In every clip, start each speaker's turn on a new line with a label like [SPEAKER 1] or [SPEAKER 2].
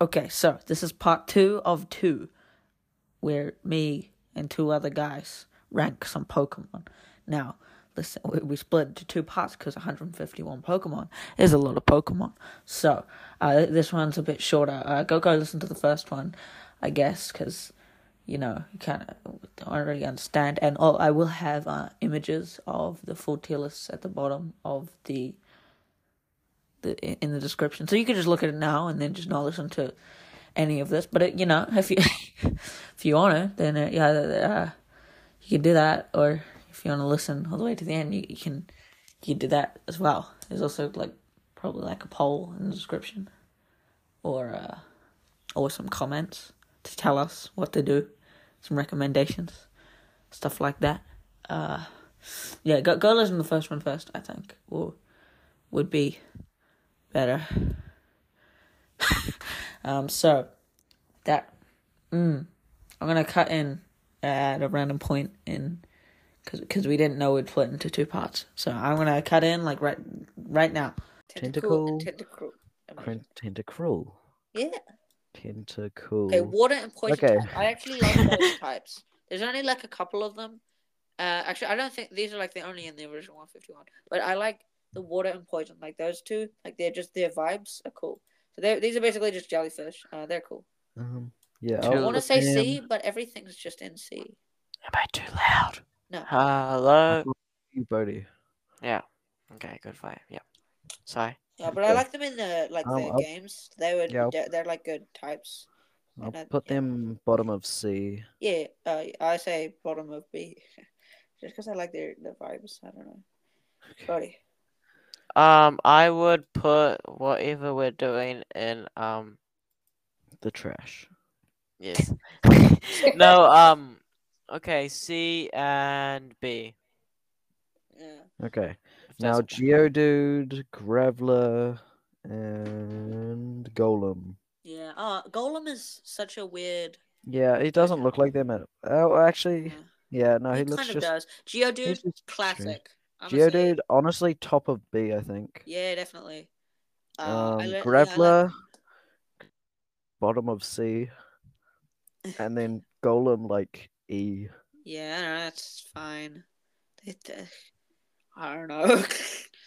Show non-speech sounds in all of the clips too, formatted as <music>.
[SPEAKER 1] Okay, so this is part two of two, where me and two other guys rank some Pokemon. Now, listen, we, we split into two parts because 151 Pokemon is a lot of Pokemon. So, uh, this one's a bit shorter. Uh, go go listen to the first one, I guess, because you know you kind of don't really understand. And oh, I will have uh, images of the full tier lists at the bottom of the the in the description, so you can just look at it now and then just not listen to any of this. But it, you know, if you <laughs> if you want to, then uh, yeah, uh, you can do that. Or if you want to listen all the way to the end, you, you can you can do that as well. There's also like probably like a poll in the description, or uh, or some comments to tell us what to do, some recommendations, stuff like that. Uh, yeah, go go listen to the first one first. I think or would be better. <laughs> um, so that mm, I'm gonna cut in at a random point in because because we didn't know we'd split into two parts. So I'm gonna cut in like right right now.
[SPEAKER 2] Tentacle.
[SPEAKER 3] Tentacle.
[SPEAKER 2] Crin- Tentacruel.
[SPEAKER 3] Yeah.
[SPEAKER 2] Tentacle.
[SPEAKER 3] Okay, water and poison
[SPEAKER 2] Okay.
[SPEAKER 3] type. I actually love
[SPEAKER 2] <laughs>
[SPEAKER 3] those types. There's only like a couple of them. Uh, actually, I don't think these are like the only in the original 151. But I like the water and poison. Like those two, like they're just their vibes are cool. So they're, these are basically just jellyfish. Uh, they're cool.
[SPEAKER 2] Um, yeah.
[SPEAKER 3] I
[SPEAKER 1] Chill.
[SPEAKER 3] want to say
[SPEAKER 2] um,
[SPEAKER 3] C, but everything's just in C.
[SPEAKER 2] Am I too loud?
[SPEAKER 3] No.
[SPEAKER 4] Hello.
[SPEAKER 2] You Bodhi.
[SPEAKER 4] Yeah. Okay. Good vibe. Yep. Sorry.
[SPEAKER 3] Yeah, but I
[SPEAKER 2] Okay.
[SPEAKER 3] like them in the like
[SPEAKER 2] Um,
[SPEAKER 3] the
[SPEAKER 2] I'll-
[SPEAKER 3] games. They were
[SPEAKER 2] Yeah, I'll-
[SPEAKER 3] they're, they're like good types.
[SPEAKER 2] I'll
[SPEAKER 3] And I-
[SPEAKER 2] put
[SPEAKER 3] yeah.
[SPEAKER 2] them bottom of C.
[SPEAKER 3] Yeah, uh, I say bottom of B, <laughs> just because I like their the vibes. I don't know. Sorry.
[SPEAKER 4] Um, I would put whatever we're doing in um.
[SPEAKER 2] The trash. <laughs>
[SPEAKER 4] Yes. no. Um. Okay. C and B.
[SPEAKER 3] Yeah.
[SPEAKER 2] Okay.
[SPEAKER 4] if
[SPEAKER 2] Now
[SPEAKER 4] that's-
[SPEAKER 2] Geodude, Graveler, and Golem.
[SPEAKER 3] Yeah. Uh, Golem is such a weird.
[SPEAKER 2] Yeah, he doesn't look like them at. Oh, actually,
[SPEAKER 3] Yeah.
[SPEAKER 2] yeah, no,
[SPEAKER 3] he
[SPEAKER 2] Uh, he,
[SPEAKER 3] kind
[SPEAKER 2] looks
[SPEAKER 3] of
[SPEAKER 2] just.
[SPEAKER 3] does. Geodude,
[SPEAKER 2] he's just strange.
[SPEAKER 3] classic. I'ma say-
[SPEAKER 2] Geodude, honestly, top of B, I think.
[SPEAKER 3] Yeah, definitely.
[SPEAKER 2] Um,
[SPEAKER 3] Uh, I le- yeah, I like-
[SPEAKER 2] Graveler, bottom
[SPEAKER 3] <laughs>
[SPEAKER 2] of C, and then Golem like E.
[SPEAKER 3] Yeah, no, that's fine. It, uh, I don't know.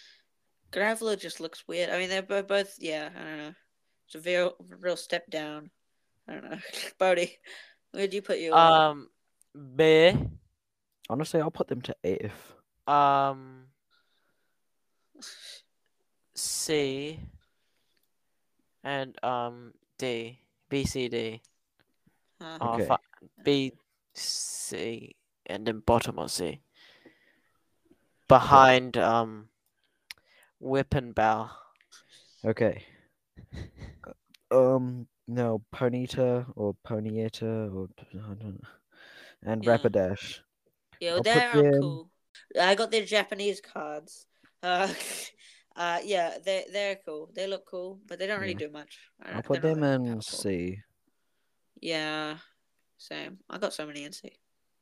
[SPEAKER 3] <laughs> Graveler just looks weird. I mean, they're bo- both, yeah, I don't know. It's a real, real step down. I don't know. <laughs> Bodhi, where'd you put your.
[SPEAKER 4] Um. B.
[SPEAKER 2] Honestly, I'll put them to F.
[SPEAKER 4] Um. C. And um D. B C D.
[SPEAKER 3] huh.
[SPEAKER 4] Oh,
[SPEAKER 2] Okay.
[SPEAKER 4] fu- B, C, and then bottom of C. Behind um, whip and bow.
[SPEAKER 2] Okay. Um, no, Ponyta or Ponyetta or I don't know, and
[SPEAKER 3] Yeah.
[SPEAKER 2] Rapidash.
[SPEAKER 3] Yeah,
[SPEAKER 2] I'll
[SPEAKER 3] well,
[SPEAKER 2] put
[SPEAKER 3] they're
[SPEAKER 2] them-
[SPEAKER 3] cool. I got their Japanese cards. Uh, <laughs> uh, yeah, they they're cool. They look cool, but they don't really
[SPEAKER 2] Yeah.
[SPEAKER 3] do much. I don't-
[SPEAKER 2] I'll put
[SPEAKER 3] they're not
[SPEAKER 2] them
[SPEAKER 3] that
[SPEAKER 2] in
[SPEAKER 3] powerful.
[SPEAKER 2] C.
[SPEAKER 3] Yeah, same. I got so many in C.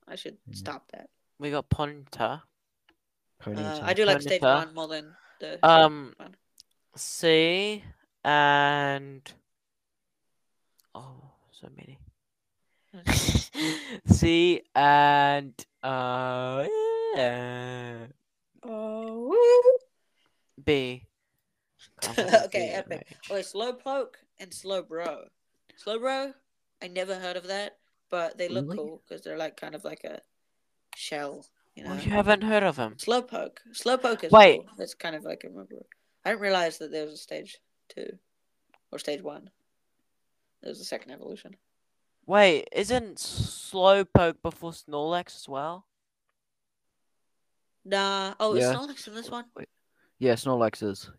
[SPEAKER 3] I should
[SPEAKER 2] Yeah.
[SPEAKER 3] stop that.
[SPEAKER 4] We got Ponta.
[SPEAKER 3] Uh,
[SPEAKER 2] Ponyta.
[SPEAKER 3] I do like stage
[SPEAKER 4] Ponyta.
[SPEAKER 3] one more than the.
[SPEAKER 4] Um,
[SPEAKER 3] one.
[SPEAKER 4] C and oh, so many. <laughs> C and uh, yeah,
[SPEAKER 3] oh.
[SPEAKER 4] B.
[SPEAKER 3] <laughs>
[SPEAKER 4] Can't remember
[SPEAKER 3] Okay,
[SPEAKER 4] B at
[SPEAKER 3] epic.
[SPEAKER 4] range.
[SPEAKER 3] Wait, Slowpoke and Slowbro. Slowbro, I never heard of that, but they look
[SPEAKER 2] Really?
[SPEAKER 3] cool because they're like kind of like a shell, you know.
[SPEAKER 4] Well, you haven't heard of him.
[SPEAKER 3] Slowpoke. Slowpoke is
[SPEAKER 4] Wait.
[SPEAKER 3] cool. That's kind of like a remember. I didn't realize that there was a stage two or stage one. There was a second evolution.
[SPEAKER 4] Wait, isn't Slowpoke before Snorlax as well?
[SPEAKER 3] Nah. Oh, it's
[SPEAKER 2] Yeah.
[SPEAKER 3] not like in this one.
[SPEAKER 2] Wait. Yeah, Snorlax is.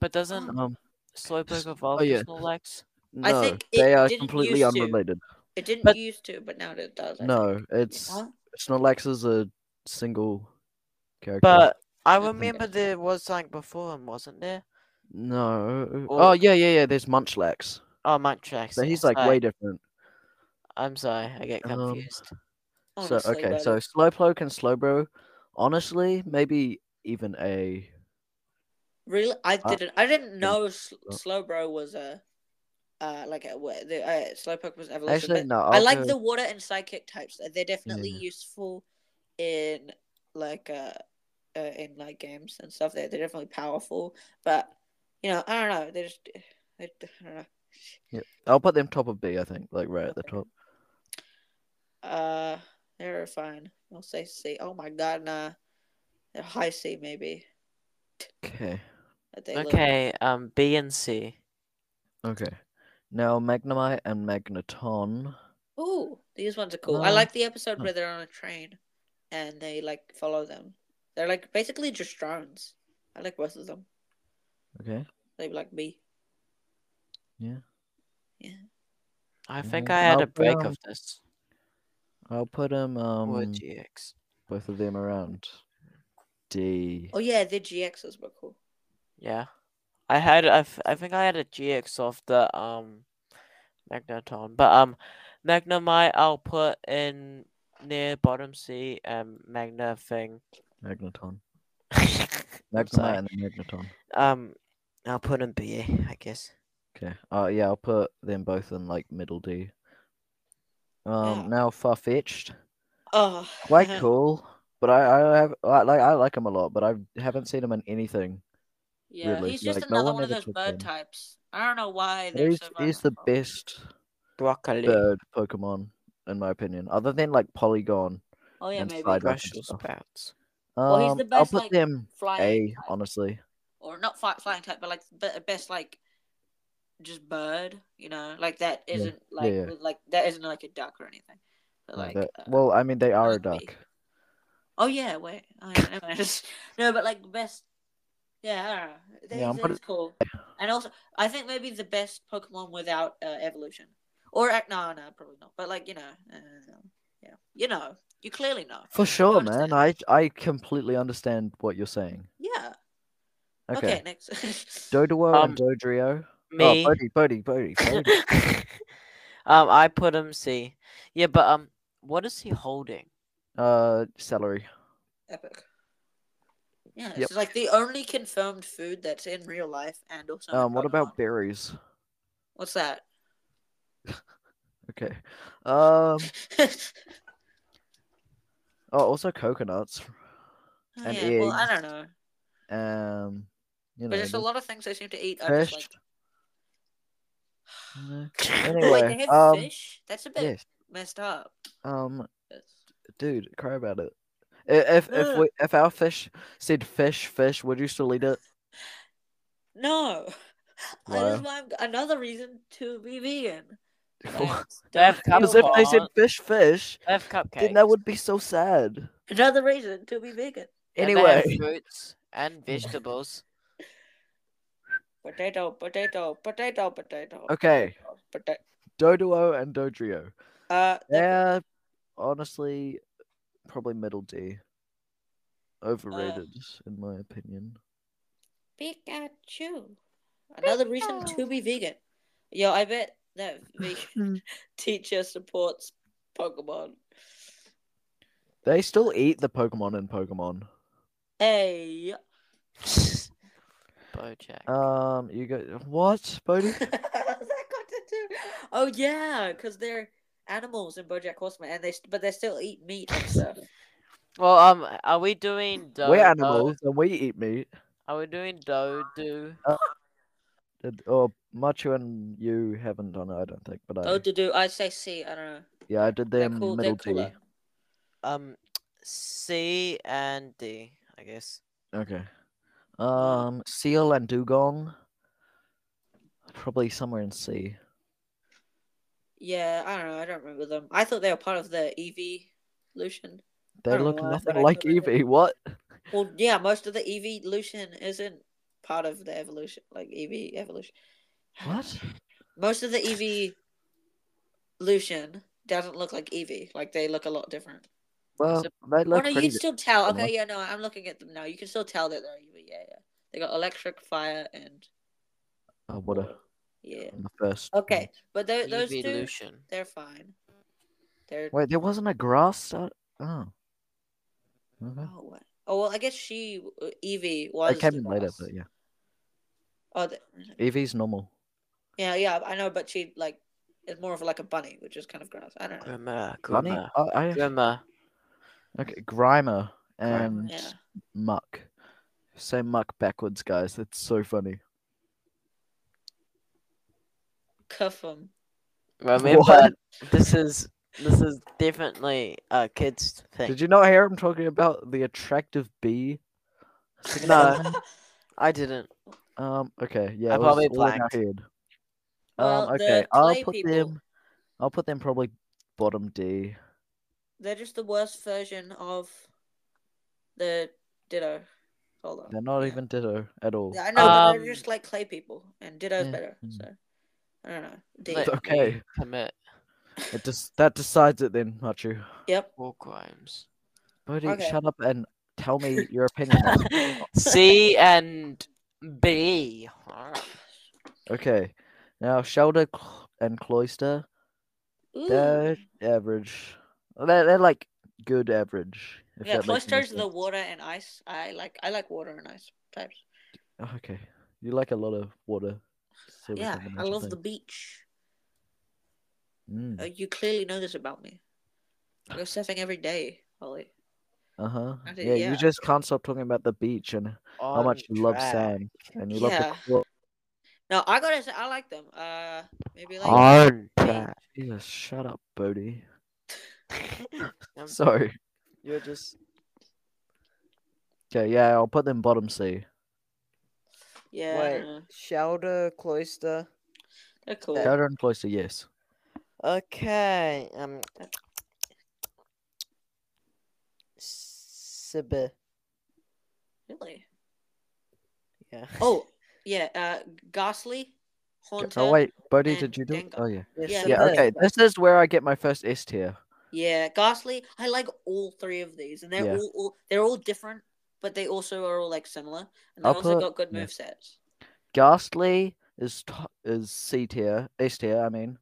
[SPEAKER 4] But doesn't
[SPEAKER 2] Um,
[SPEAKER 4] Slowpoke
[SPEAKER 2] S-
[SPEAKER 4] evolve
[SPEAKER 2] oh, yeah.
[SPEAKER 4] to Snorlax?
[SPEAKER 2] no,
[SPEAKER 3] I think it
[SPEAKER 2] they are
[SPEAKER 3] didn't
[SPEAKER 2] completely
[SPEAKER 3] used to.
[SPEAKER 2] unrelated.
[SPEAKER 3] It didn't
[SPEAKER 4] But-
[SPEAKER 3] used to, but now it does. I
[SPEAKER 2] No,
[SPEAKER 3] think.
[SPEAKER 2] it's
[SPEAKER 3] Huh?
[SPEAKER 2] Snorlax is a single character.
[SPEAKER 4] But I
[SPEAKER 3] think-
[SPEAKER 4] remember there was something before him, wasn't there?
[SPEAKER 2] no,
[SPEAKER 4] Or-
[SPEAKER 2] oh yeah, yeah, yeah. There's Munchlax,
[SPEAKER 4] Oh, Munchlax.
[SPEAKER 2] so
[SPEAKER 4] yeah,
[SPEAKER 2] he's like
[SPEAKER 4] sorry.
[SPEAKER 2] way different.
[SPEAKER 4] I'm sorry, I get
[SPEAKER 2] Um,
[SPEAKER 4] confused.
[SPEAKER 2] so
[SPEAKER 3] Honestly,
[SPEAKER 2] okay,
[SPEAKER 3] but-
[SPEAKER 2] so Slowpoke and Slowbro, honestly, maybe even a
[SPEAKER 3] really, I
[SPEAKER 2] I- Uh,
[SPEAKER 3] didn't. I didn't know S-
[SPEAKER 2] Oh.
[SPEAKER 3] Slowbro was a uh, like uh, wha- the uh, Slowpoke was evolution.
[SPEAKER 2] Actually,
[SPEAKER 3] but
[SPEAKER 2] no. I'll
[SPEAKER 3] I like
[SPEAKER 2] go-
[SPEAKER 3] the water and psychic types. Uh, They're- They're definitely
[SPEAKER 2] Yeah.
[SPEAKER 3] useful in like uh, uh in like games and stuff. They're, they're definitely powerful, but you know I don't know. They're just I don't know.
[SPEAKER 2] I'll put them top of B. I think, like right at the
[SPEAKER 3] Okay.
[SPEAKER 2] top.
[SPEAKER 3] Uh, they're fine. I'll say C. Oh my god, nah. They're high C maybe.
[SPEAKER 2] Okay.
[SPEAKER 3] But they look-
[SPEAKER 4] Okay, um, B and C.
[SPEAKER 2] Okay. Now Magnemite and Magneton.
[SPEAKER 3] Ooh, these ones are cool. I
[SPEAKER 2] Uh,
[SPEAKER 3] like the episode
[SPEAKER 2] huh.
[SPEAKER 3] where they're on a train and they like follow them. They're like basically just drones. I like both of them.
[SPEAKER 2] Okay.
[SPEAKER 3] They like me.
[SPEAKER 4] I think
[SPEAKER 2] Mhm.
[SPEAKER 4] I had
[SPEAKER 2] I'll
[SPEAKER 4] a break
[SPEAKER 2] put, um,
[SPEAKER 4] of this.
[SPEAKER 2] I'll put them um
[SPEAKER 4] Or GX.
[SPEAKER 2] both of them around D.
[SPEAKER 3] Oh yeah, the GXs were cool.
[SPEAKER 4] Yeah. I had I, f- I think I had a GX of the um Magneton. But um Magnemite I'll put in near bottom C and Magna thing.
[SPEAKER 2] Magneton.
[SPEAKER 4] I'm
[SPEAKER 2] Magnemite
[SPEAKER 4] sorry.
[SPEAKER 2] and then Magneton.
[SPEAKER 4] <laughs> Um I'll put in B, I guess.
[SPEAKER 2] Okay. Uh yeah, I'll put them both in like middle D. Um
[SPEAKER 3] Yeah.
[SPEAKER 2] now far fetched.
[SPEAKER 3] Oh, <laughs>
[SPEAKER 2] Quite cool. But I, I have I like I like him a lot, but I haven't seen him in anything.
[SPEAKER 3] Yeah,
[SPEAKER 2] Really,
[SPEAKER 3] he's just
[SPEAKER 2] like, no
[SPEAKER 3] another
[SPEAKER 2] one
[SPEAKER 3] one of
[SPEAKER 2] ever
[SPEAKER 3] those
[SPEAKER 2] took
[SPEAKER 3] bird
[SPEAKER 2] them.
[SPEAKER 3] types. I don't know why they're
[SPEAKER 2] He's,
[SPEAKER 3] so
[SPEAKER 2] he's the
[SPEAKER 3] vulnerable.
[SPEAKER 2] best
[SPEAKER 4] Broccoli.
[SPEAKER 2] bird Pokemon in my opinion. Other than like Polygon.
[SPEAKER 3] Oh yeah,
[SPEAKER 2] and
[SPEAKER 3] maybe
[SPEAKER 2] side- Brussels
[SPEAKER 4] Brussels
[SPEAKER 2] stuff.
[SPEAKER 4] sprouts.
[SPEAKER 2] Um,
[SPEAKER 3] Well, he's the best,
[SPEAKER 2] I'll put
[SPEAKER 3] like,
[SPEAKER 2] them
[SPEAKER 3] flying
[SPEAKER 2] A,
[SPEAKER 3] type.
[SPEAKER 2] honestly.
[SPEAKER 3] or not fly, flying type, but like be- best like just bird. You know, like that
[SPEAKER 2] Yeah,
[SPEAKER 3] isn't like
[SPEAKER 2] yeah.
[SPEAKER 3] like that isn't like a duck or anything. But like,
[SPEAKER 2] But-
[SPEAKER 3] uh,
[SPEAKER 2] well, I mean, they are a
[SPEAKER 3] would
[SPEAKER 2] duck.
[SPEAKER 3] be. Oh yeah, wait. Oh, yeah, never mind. <laughs> Just- no, but like best. Yeah, I don't know. They,
[SPEAKER 2] Yeah, I'm
[SPEAKER 3] that's
[SPEAKER 2] pretty-
[SPEAKER 3] cool. And also, I think maybe the best Pokemon without uh, evolution, or ac- no, no, probably not. But like you know, uh, yeah, you know, you clearly know.
[SPEAKER 2] For sure,
[SPEAKER 3] understand.
[SPEAKER 2] man. I I completely understand what you're saying.
[SPEAKER 3] Yeah. Okay.
[SPEAKER 2] Okay.
[SPEAKER 3] next. <laughs>
[SPEAKER 2] Doduo
[SPEAKER 4] Um,
[SPEAKER 2] and Dodrio.
[SPEAKER 4] Me.
[SPEAKER 2] Oh, Bodhi, Bodhi, Bodhi. Bodhi.
[SPEAKER 4] <laughs> um, I put him C. Yeah, but um, what is he holding?
[SPEAKER 2] uh, celery.
[SPEAKER 3] Epic. Yeah,
[SPEAKER 2] Yep.
[SPEAKER 3] it's like the only confirmed food that's in real life and also. in
[SPEAKER 2] Um, what about
[SPEAKER 3] Pokemon.
[SPEAKER 2] berries?
[SPEAKER 3] What's that? <laughs>
[SPEAKER 2] Okay. Um. Oh, also coconuts.
[SPEAKER 3] Oh,
[SPEAKER 2] And
[SPEAKER 3] yeah, well, I
[SPEAKER 2] eggs.
[SPEAKER 3] don't know.
[SPEAKER 2] Um. You know.
[SPEAKER 3] But there's a
[SPEAKER 2] just
[SPEAKER 3] lot of things they seem to eat. Are
[SPEAKER 2] Fish.
[SPEAKER 3] just like,
[SPEAKER 2] No.
[SPEAKER 3] <laughs> Oh, wait, they
[SPEAKER 2] Anyway,
[SPEAKER 3] have
[SPEAKER 2] um,
[SPEAKER 3] fish? That's a bit
[SPEAKER 2] yes.
[SPEAKER 3] messed up.
[SPEAKER 2] Um,
[SPEAKER 3] That's-
[SPEAKER 2] dude, cry about it. I- If if
[SPEAKER 3] Ugh.
[SPEAKER 2] we, if our fish said fish fish, would you still eat it?
[SPEAKER 3] No. <laughs>
[SPEAKER 2] Wow.
[SPEAKER 3] That is why I'm, another reason to be
[SPEAKER 2] <laughs>
[SPEAKER 3] vegan. Thanks.
[SPEAKER 4] They have
[SPEAKER 2] Because if they said
[SPEAKER 4] cupcakes.
[SPEAKER 2] fish fish,
[SPEAKER 4] They have cupcakes.
[SPEAKER 2] then that would be so sad.
[SPEAKER 3] another reason to be vegan.
[SPEAKER 4] and they have
[SPEAKER 2] Anyway,
[SPEAKER 4] fruits and vegetables.
[SPEAKER 3] Potato, potato, potato, potato.
[SPEAKER 2] <laughs> okay,
[SPEAKER 3] Potato.
[SPEAKER 2] Doduo and Dodrio.
[SPEAKER 3] Uh, they're
[SPEAKER 2] They're honestly probably middle D. Overrated, in my opinion.
[SPEAKER 3] Pikachu. Another reason to be vegan. Yo, I bet that
[SPEAKER 2] <laughs>
[SPEAKER 3] vegan <laughs> teacher supports Pokemon.
[SPEAKER 2] They still eat the Pokemon in Pokemon. <laughs>
[SPEAKER 3] Hey.
[SPEAKER 4] Bojack.
[SPEAKER 2] Um, you go what, Bodhi?
[SPEAKER 3] <laughs> That got to do- Oh yeah, because they're animals in BoJack Horseman, and they st- but they still eat meat and stuff.
[SPEAKER 4] well, um, are we doing do?
[SPEAKER 3] uh,
[SPEAKER 2] We're animals and we eat meat.
[SPEAKER 4] Are we doing do do?
[SPEAKER 2] Did- Or Machu and you haven't done it, I don't think. But I,
[SPEAKER 3] oh, to do I say C? I don't know.
[SPEAKER 2] yeah, I did
[SPEAKER 3] They're
[SPEAKER 2] them
[SPEAKER 3] cool. They're
[SPEAKER 2] middle D.
[SPEAKER 3] cooler.
[SPEAKER 4] Um, C and D, I guess.
[SPEAKER 2] Okay.
[SPEAKER 3] Mm.
[SPEAKER 2] Um, seal and dugong. Probably somewhere in C.
[SPEAKER 3] Yeah, I don't know. I don't remember them. I thought they were part of the evolution.
[SPEAKER 2] They
[SPEAKER 3] don't know
[SPEAKER 2] look
[SPEAKER 3] why,
[SPEAKER 2] nothing
[SPEAKER 3] but I
[SPEAKER 2] like
[SPEAKER 3] couldn't-
[SPEAKER 2] Evie. What?
[SPEAKER 3] Well, yeah, most of the evolution isn't part of the evolution, like EV evolution.
[SPEAKER 2] What?
[SPEAKER 3] Most of the evolution doesn't look like Eevee. Like they look a lot different.
[SPEAKER 2] Well,
[SPEAKER 4] it-
[SPEAKER 2] they
[SPEAKER 3] Oh
[SPEAKER 2] look
[SPEAKER 3] no,
[SPEAKER 2] pretty.
[SPEAKER 3] you'd still tell.
[SPEAKER 2] Come on.
[SPEAKER 3] Okay, yeah, no, I'm looking at them now. You can still tell that they're evil. Yeah, yeah. They got electric, fire, and
[SPEAKER 2] Oh, what a
[SPEAKER 3] water. yeah.
[SPEAKER 2] on the first. one.
[SPEAKER 3] Okay, but tho- those two,
[SPEAKER 4] Evolution.
[SPEAKER 3] they're fine. They're
[SPEAKER 2] Wait, there wasn't a grass. Start? Oh. Okay.
[SPEAKER 3] oh what? Oh well, I guess she uh, Evie
[SPEAKER 2] They
[SPEAKER 3] was.
[SPEAKER 2] came
[SPEAKER 3] the
[SPEAKER 2] in later,
[SPEAKER 3] boss.
[SPEAKER 2] but yeah.
[SPEAKER 3] Oh, the...
[SPEAKER 2] Evie's normal.
[SPEAKER 3] Yeah, yeah, I know, but she like is more of like a bunny, which is kind of gross. I don't know.
[SPEAKER 4] Grimmer,
[SPEAKER 2] Bunny?
[SPEAKER 4] Grimmer,
[SPEAKER 2] I, I have-
[SPEAKER 4] Grimmer.
[SPEAKER 2] okay, Grimer and
[SPEAKER 3] Yeah.
[SPEAKER 2] Muck. Say Muck backwards, guys. That's so funny.
[SPEAKER 3] Cuff 'em.
[SPEAKER 4] Remember,
[SPEAKER 2] What?
[SPEAKER 4] this is this is definitely a kids thing.
[SPEAKER 2] Did you not hear him talking about the attractive bee?
[SPEAKER 3] <laughs>
[SPEAKER 4] No. I didn't.
[SPEAKER 2] Um. Okay. Yeah.
[SPEAKER 4] I
[SPEAKER 2] it was
[SPEAKER 4] probably
[SPEAKER 2] all in our
[SPEAKER 4] blanked.
[SPEAKER 2] head.
[SPEAKER 3] Well,
[SPEAKER 2] um.
[SPEAKER 3] the
[SPEAKER 2] Okay. I'll
[SPEAKER 3] clay
[SPEAKER 2] put
[SPEAKER 3] people-
[SPEAKER 2] them. I'll put them probably bottom D.
[SPEAKER 3] They're just the worst version of the Ditto. Hold on.
[SPEAKER 2] They're not
[SPEAKER 3] Yeah.
[SPEAKER 2] even ditto at all.
[SPEAKER 3] Yeah, I know, but
[SPEAKER 4] Um,
[SPEAKER 3] they're just like clay people, and Ditto's
[SPEAKER 2] Yeah.
[SPEAKER 3] better.
[SPEAKER 2] Mm.
[SPEAKER 3] So I don't know. D.
[SPEAKER 4] Let
[SPEAKER 2] okay.
[SPEAKER 4] me Commit
[SPEAKER 2] It just that decides it then, Machu.
[SPEAKER 3] Yep.
[SPEAKER 4] war crimes.
[SPEAKER 2] Bodhi,
[SPEAKER 3] Okay.
[SPEAKER 2] shut up and tell me
[SPEAKER 3] <laughs>
[SPEAKER 2] your opinion. on it.
[SPEAKER 4] <laughs> C and B. Alright.
[SPEAKER 2] okay. Now shelter cl- and cloister.
[SPEAKER 3] Ooh.
[SPEAKER 2] They're average. They're, they're like good average. if
[SPEAKER 3] yeah,
[SPEAKER 2] that makes any
[SPEAKER 3] cloisters the water and ice. I like I like water and ice types.
[SPEAKER 2] sense. Oh, okay. You like a lot of water. sort of
[SPEAKER 3] Yeah, I
[SPEAKER 2] combination
[SPEAKER 3] love
[SPEAKER 2] thing.
[SPEAKER 3] the beach.
[SPEAKER 2] Mm.
[SPEAKER 3] Uh, you clearly know this about me. I go surfing every day, Holly.
[SPEAKER 2] Uh huh.
[SPEAKER 3] I did-
[SPEAKER 2] Yeah,
[SPEAKER 3] yeah.
[SPEAKER 2] you just can't stop talking about the beach and how much
[SPEAKER 4] On
[SPEAKER 2] you love
[SPEAKER 4] track.
[SPEAKER 2] sand and you
[SPEAKER 3] Yeah.
[SPEAKER 2] love the. clo-
[SPEAKER 3] No, I gotta say I like them. Uh, maybe like
[SPEAKER 4] On track.
[SPEAKER 2] Jesus, shut up, Bodhi.
[SPEAKER 4] <laughs> Um,
[SPEAKER 2] Sorry.
[SPEAKER 4] You're just
[SPEAKER 2] Okay, yeah, I'll put them bottom C.
[SPEAKER 3] yeah, I
[SPEAKER 4] Wait.
[SPEAKER 3] don't know.
[SPEAKER 4] shelter cloister.
[SPEAKER 3] they're cool.
[SPEAKER 2] Shelter and cloister, yes.
[SPEAKER 4] Okay. Um. Sibir.
[SPEAKER 3] Really?
[SPEAKER 4] Yeah. <laughs>
[SPEAKER 3] Oh yeah, uh, ghastly,
[SPEAKER 2] Okay,
[SPEAKER 3] haunted.
[SPEAKER 2] Oh wait, Bodhi,
[SPEAKER 3] and
[SPEAKER 2] did you do? it?
[SPEAKER 3] Dengar.
[SPEAKER 2] Oh yeah.
[SPEAKER 3] Yeah,
[SPEAKER 2] Yeah.
[SPEAKER 4] Sibir.
[SPEAKER 2] Okay, this is where I get my first S tier.
[SPEAKER 3] Yeah, ghastly. I like all three of these, and they're
[SPEAKER 2] Yeah.
[SPEAKER 3] all, all they're all different, but they also are all like similar, and they
[SPEAKER 2] I'll
[SPEAKER 3] also
[SPEAKER 2] put-
[SPEAKER 3] got good
[SPEAKER 2] yeah.
[SPEAKER 3] move sets.
[SPEAKER 2] Ghastly is to- is C tier, S tier. I mean,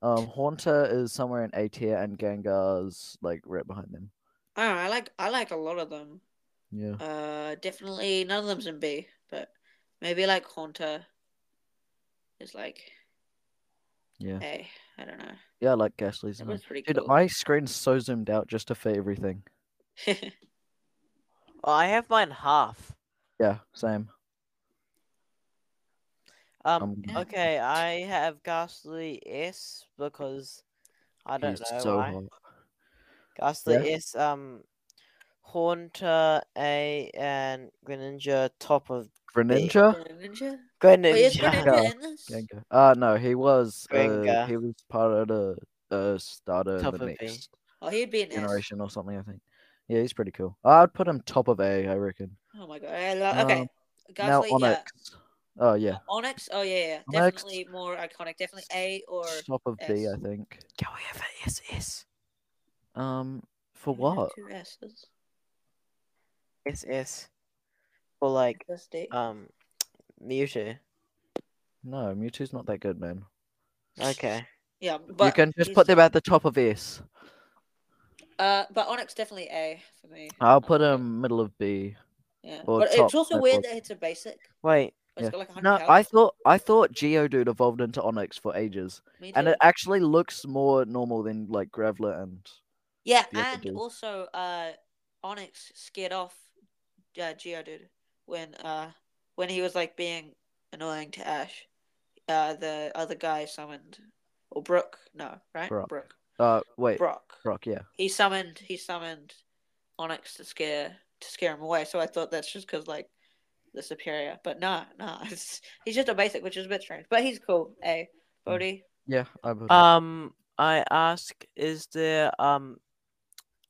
[SPEAKER 2] um, Haunter is somewhere in A tier, and Gengar's like right behind them.
[SPEAKER 3] I don't know, I like I like a lot of them.
[SPEAKER 2] Yeah.
[SPEAKER 3] Uh, definitely none of them's in B, but maybe like Haunter is like
[SPEAKER 2] Yeah.
[SPEAKER 3] A. I don't know.
[SPEAKER 2] Yeah, I like Ghastly's.
[SPEAKER 3] That
[SPEAKER 2] one.
[SPEAKER 3] was pretty
[SPEAKER 2] Dude,
[SPEAKER 3] cool. <laughs>
[SPEAKER 2] my screen's so zoomed out just to fit everything.
[SPEAKER 4] Oh, I have mine half.
[SPEAKER 2] Yeah, same.
[SPEAKER 4] Um.
[SPEAKER 2] I'm-
[SPEAKER 4] Okay, I have ghastly S because I don't
[SPEAKER 2] He's
[SPEAKER 4] know
[SPEAKER 2] so
[SPEAKER 4] why.
[SPEAKER 2] hot.
[SPEAKER 4] Ghastly S. Um. Haunter A and Greninja top of
[SPEAKER 2] Greninja?
[SPEAKER 3] Greninja? Wait, is
[SPEAKER 4] Greninja.
[SPEAKER 3] Greninja Oh, in this?
[SPEAKER 2] Gengar. Uh no, he was uh,
[SPEAKER 4] Gengar.
[SPEAKER 2] he was part of the uh, starter
[SPEAKER 4] Top
[SPEAKER 2] of the
[SPEAKER 4] of A.
[SPEAKER 2] next
[SPEAKER 3] Oh, he'd be an S.
[SPEAKER 2] generation or something, I think. Yeah, he's pretty cool. I'd put him top of A, I reckon.
[SPEAKER 3] Oh my god. I lo- okay.
[SPEAKER 2] Um,
[SPEAKER 3] Ghastly,
[SPEAKER 2] now
[SPEAKER 3] yeah.
[SPEAKER 2] Onyx. Oh yeah.
[SPEAKER 3] Onyx? Oh yeah, yeah.
[SPEAKER 2] Onyx.
[SPEAKER 3] Definitely more iconic. Definitely A or
[SPEAKER 2] top of B, I
[SPEAKER 3] S.
[SPEAKER 2] think.
[SPEAKER 4] Can we have an SS?
[SPEAKER 2] Um for
[SPEAKER 3] We have
[SPEAKER 2] what?
[SPEAKER 3] Two S's.
[SPEAKER 4] SS. For like
[SPEAKER 3] That's D.
[SPEAKER 2] Uh,
[SPEAKER 4] um Mewtwo.
[SPEAKER 2] No, Mewtwo's not that good, man.
[SPEAKER 4] Okay.
[SPEAKER 3] yeah, but
[SPEAKER 2] you can just
[SPEAKER 3] he's-
[SPEAKER 2] put them at the top of S.
[SPEAKER 3] Uh, but Onyx definitely A for me.
[SPEAKER 2] I'll put him middle of B.
[SPEAKER 3] Yeah,
[SPEAKER 2] Uh, or
[SPEAKER 3] but
[SPEAKER 2] top,
[SPEAKER 3] it's also
[SPEAKER 2] no
[SPEAKER 3] weird
[SPEAKER 2] problem.
[SPEAKER 3] that it's a basic.
[SPEAKER 4] Wait.
[SPEAKER 3] It's
[SPEAKER 2] Yeah.
[SPEAKER 3] got like 100
[SPEAKER 2] No, I
[SPEAKER 3] calories.
[SPEAKER 2] thought I thought Geodude evolved into Onyx for ages.
[SPEAKER 3] Me
[SPEAKER 2] And
[SPEAKER 3] too.
[SPEAKER 2] it actually looks more normal than like Graveler and
[SPEAKER 3] yeah,
[SPEAKER 2] the other
[SPEAKER 3] and
[SPEAKER 2] dude.
[SPEAKER 3] also, uh, Onyx scared off uh, Geodude when uh when he was like being annoying to Ash. Uh, the other guy summoned or Brook, no, right?
[SPEAKER 2] Brock.
[SPEAKER 3] Brook.
[SPEAKER 2] uh wait, Brock,
[SPEAKER 3] Brock.
[SPEAKER 2] yeah.
[SPEAKER 3] He summoned. He summoned Onyx to scare to scare him away. So I thought that's just because like the superior, but nah, nah. <laughs> It's, he's just a basic, which is a bit strange, but he's cool. A
[SPEAKER 2] Hmm.
[SPEAKER 3] Bodhi.
[SPEAKER 2] Yeah, I would.
[SPEAKER 4] Um I ask is there um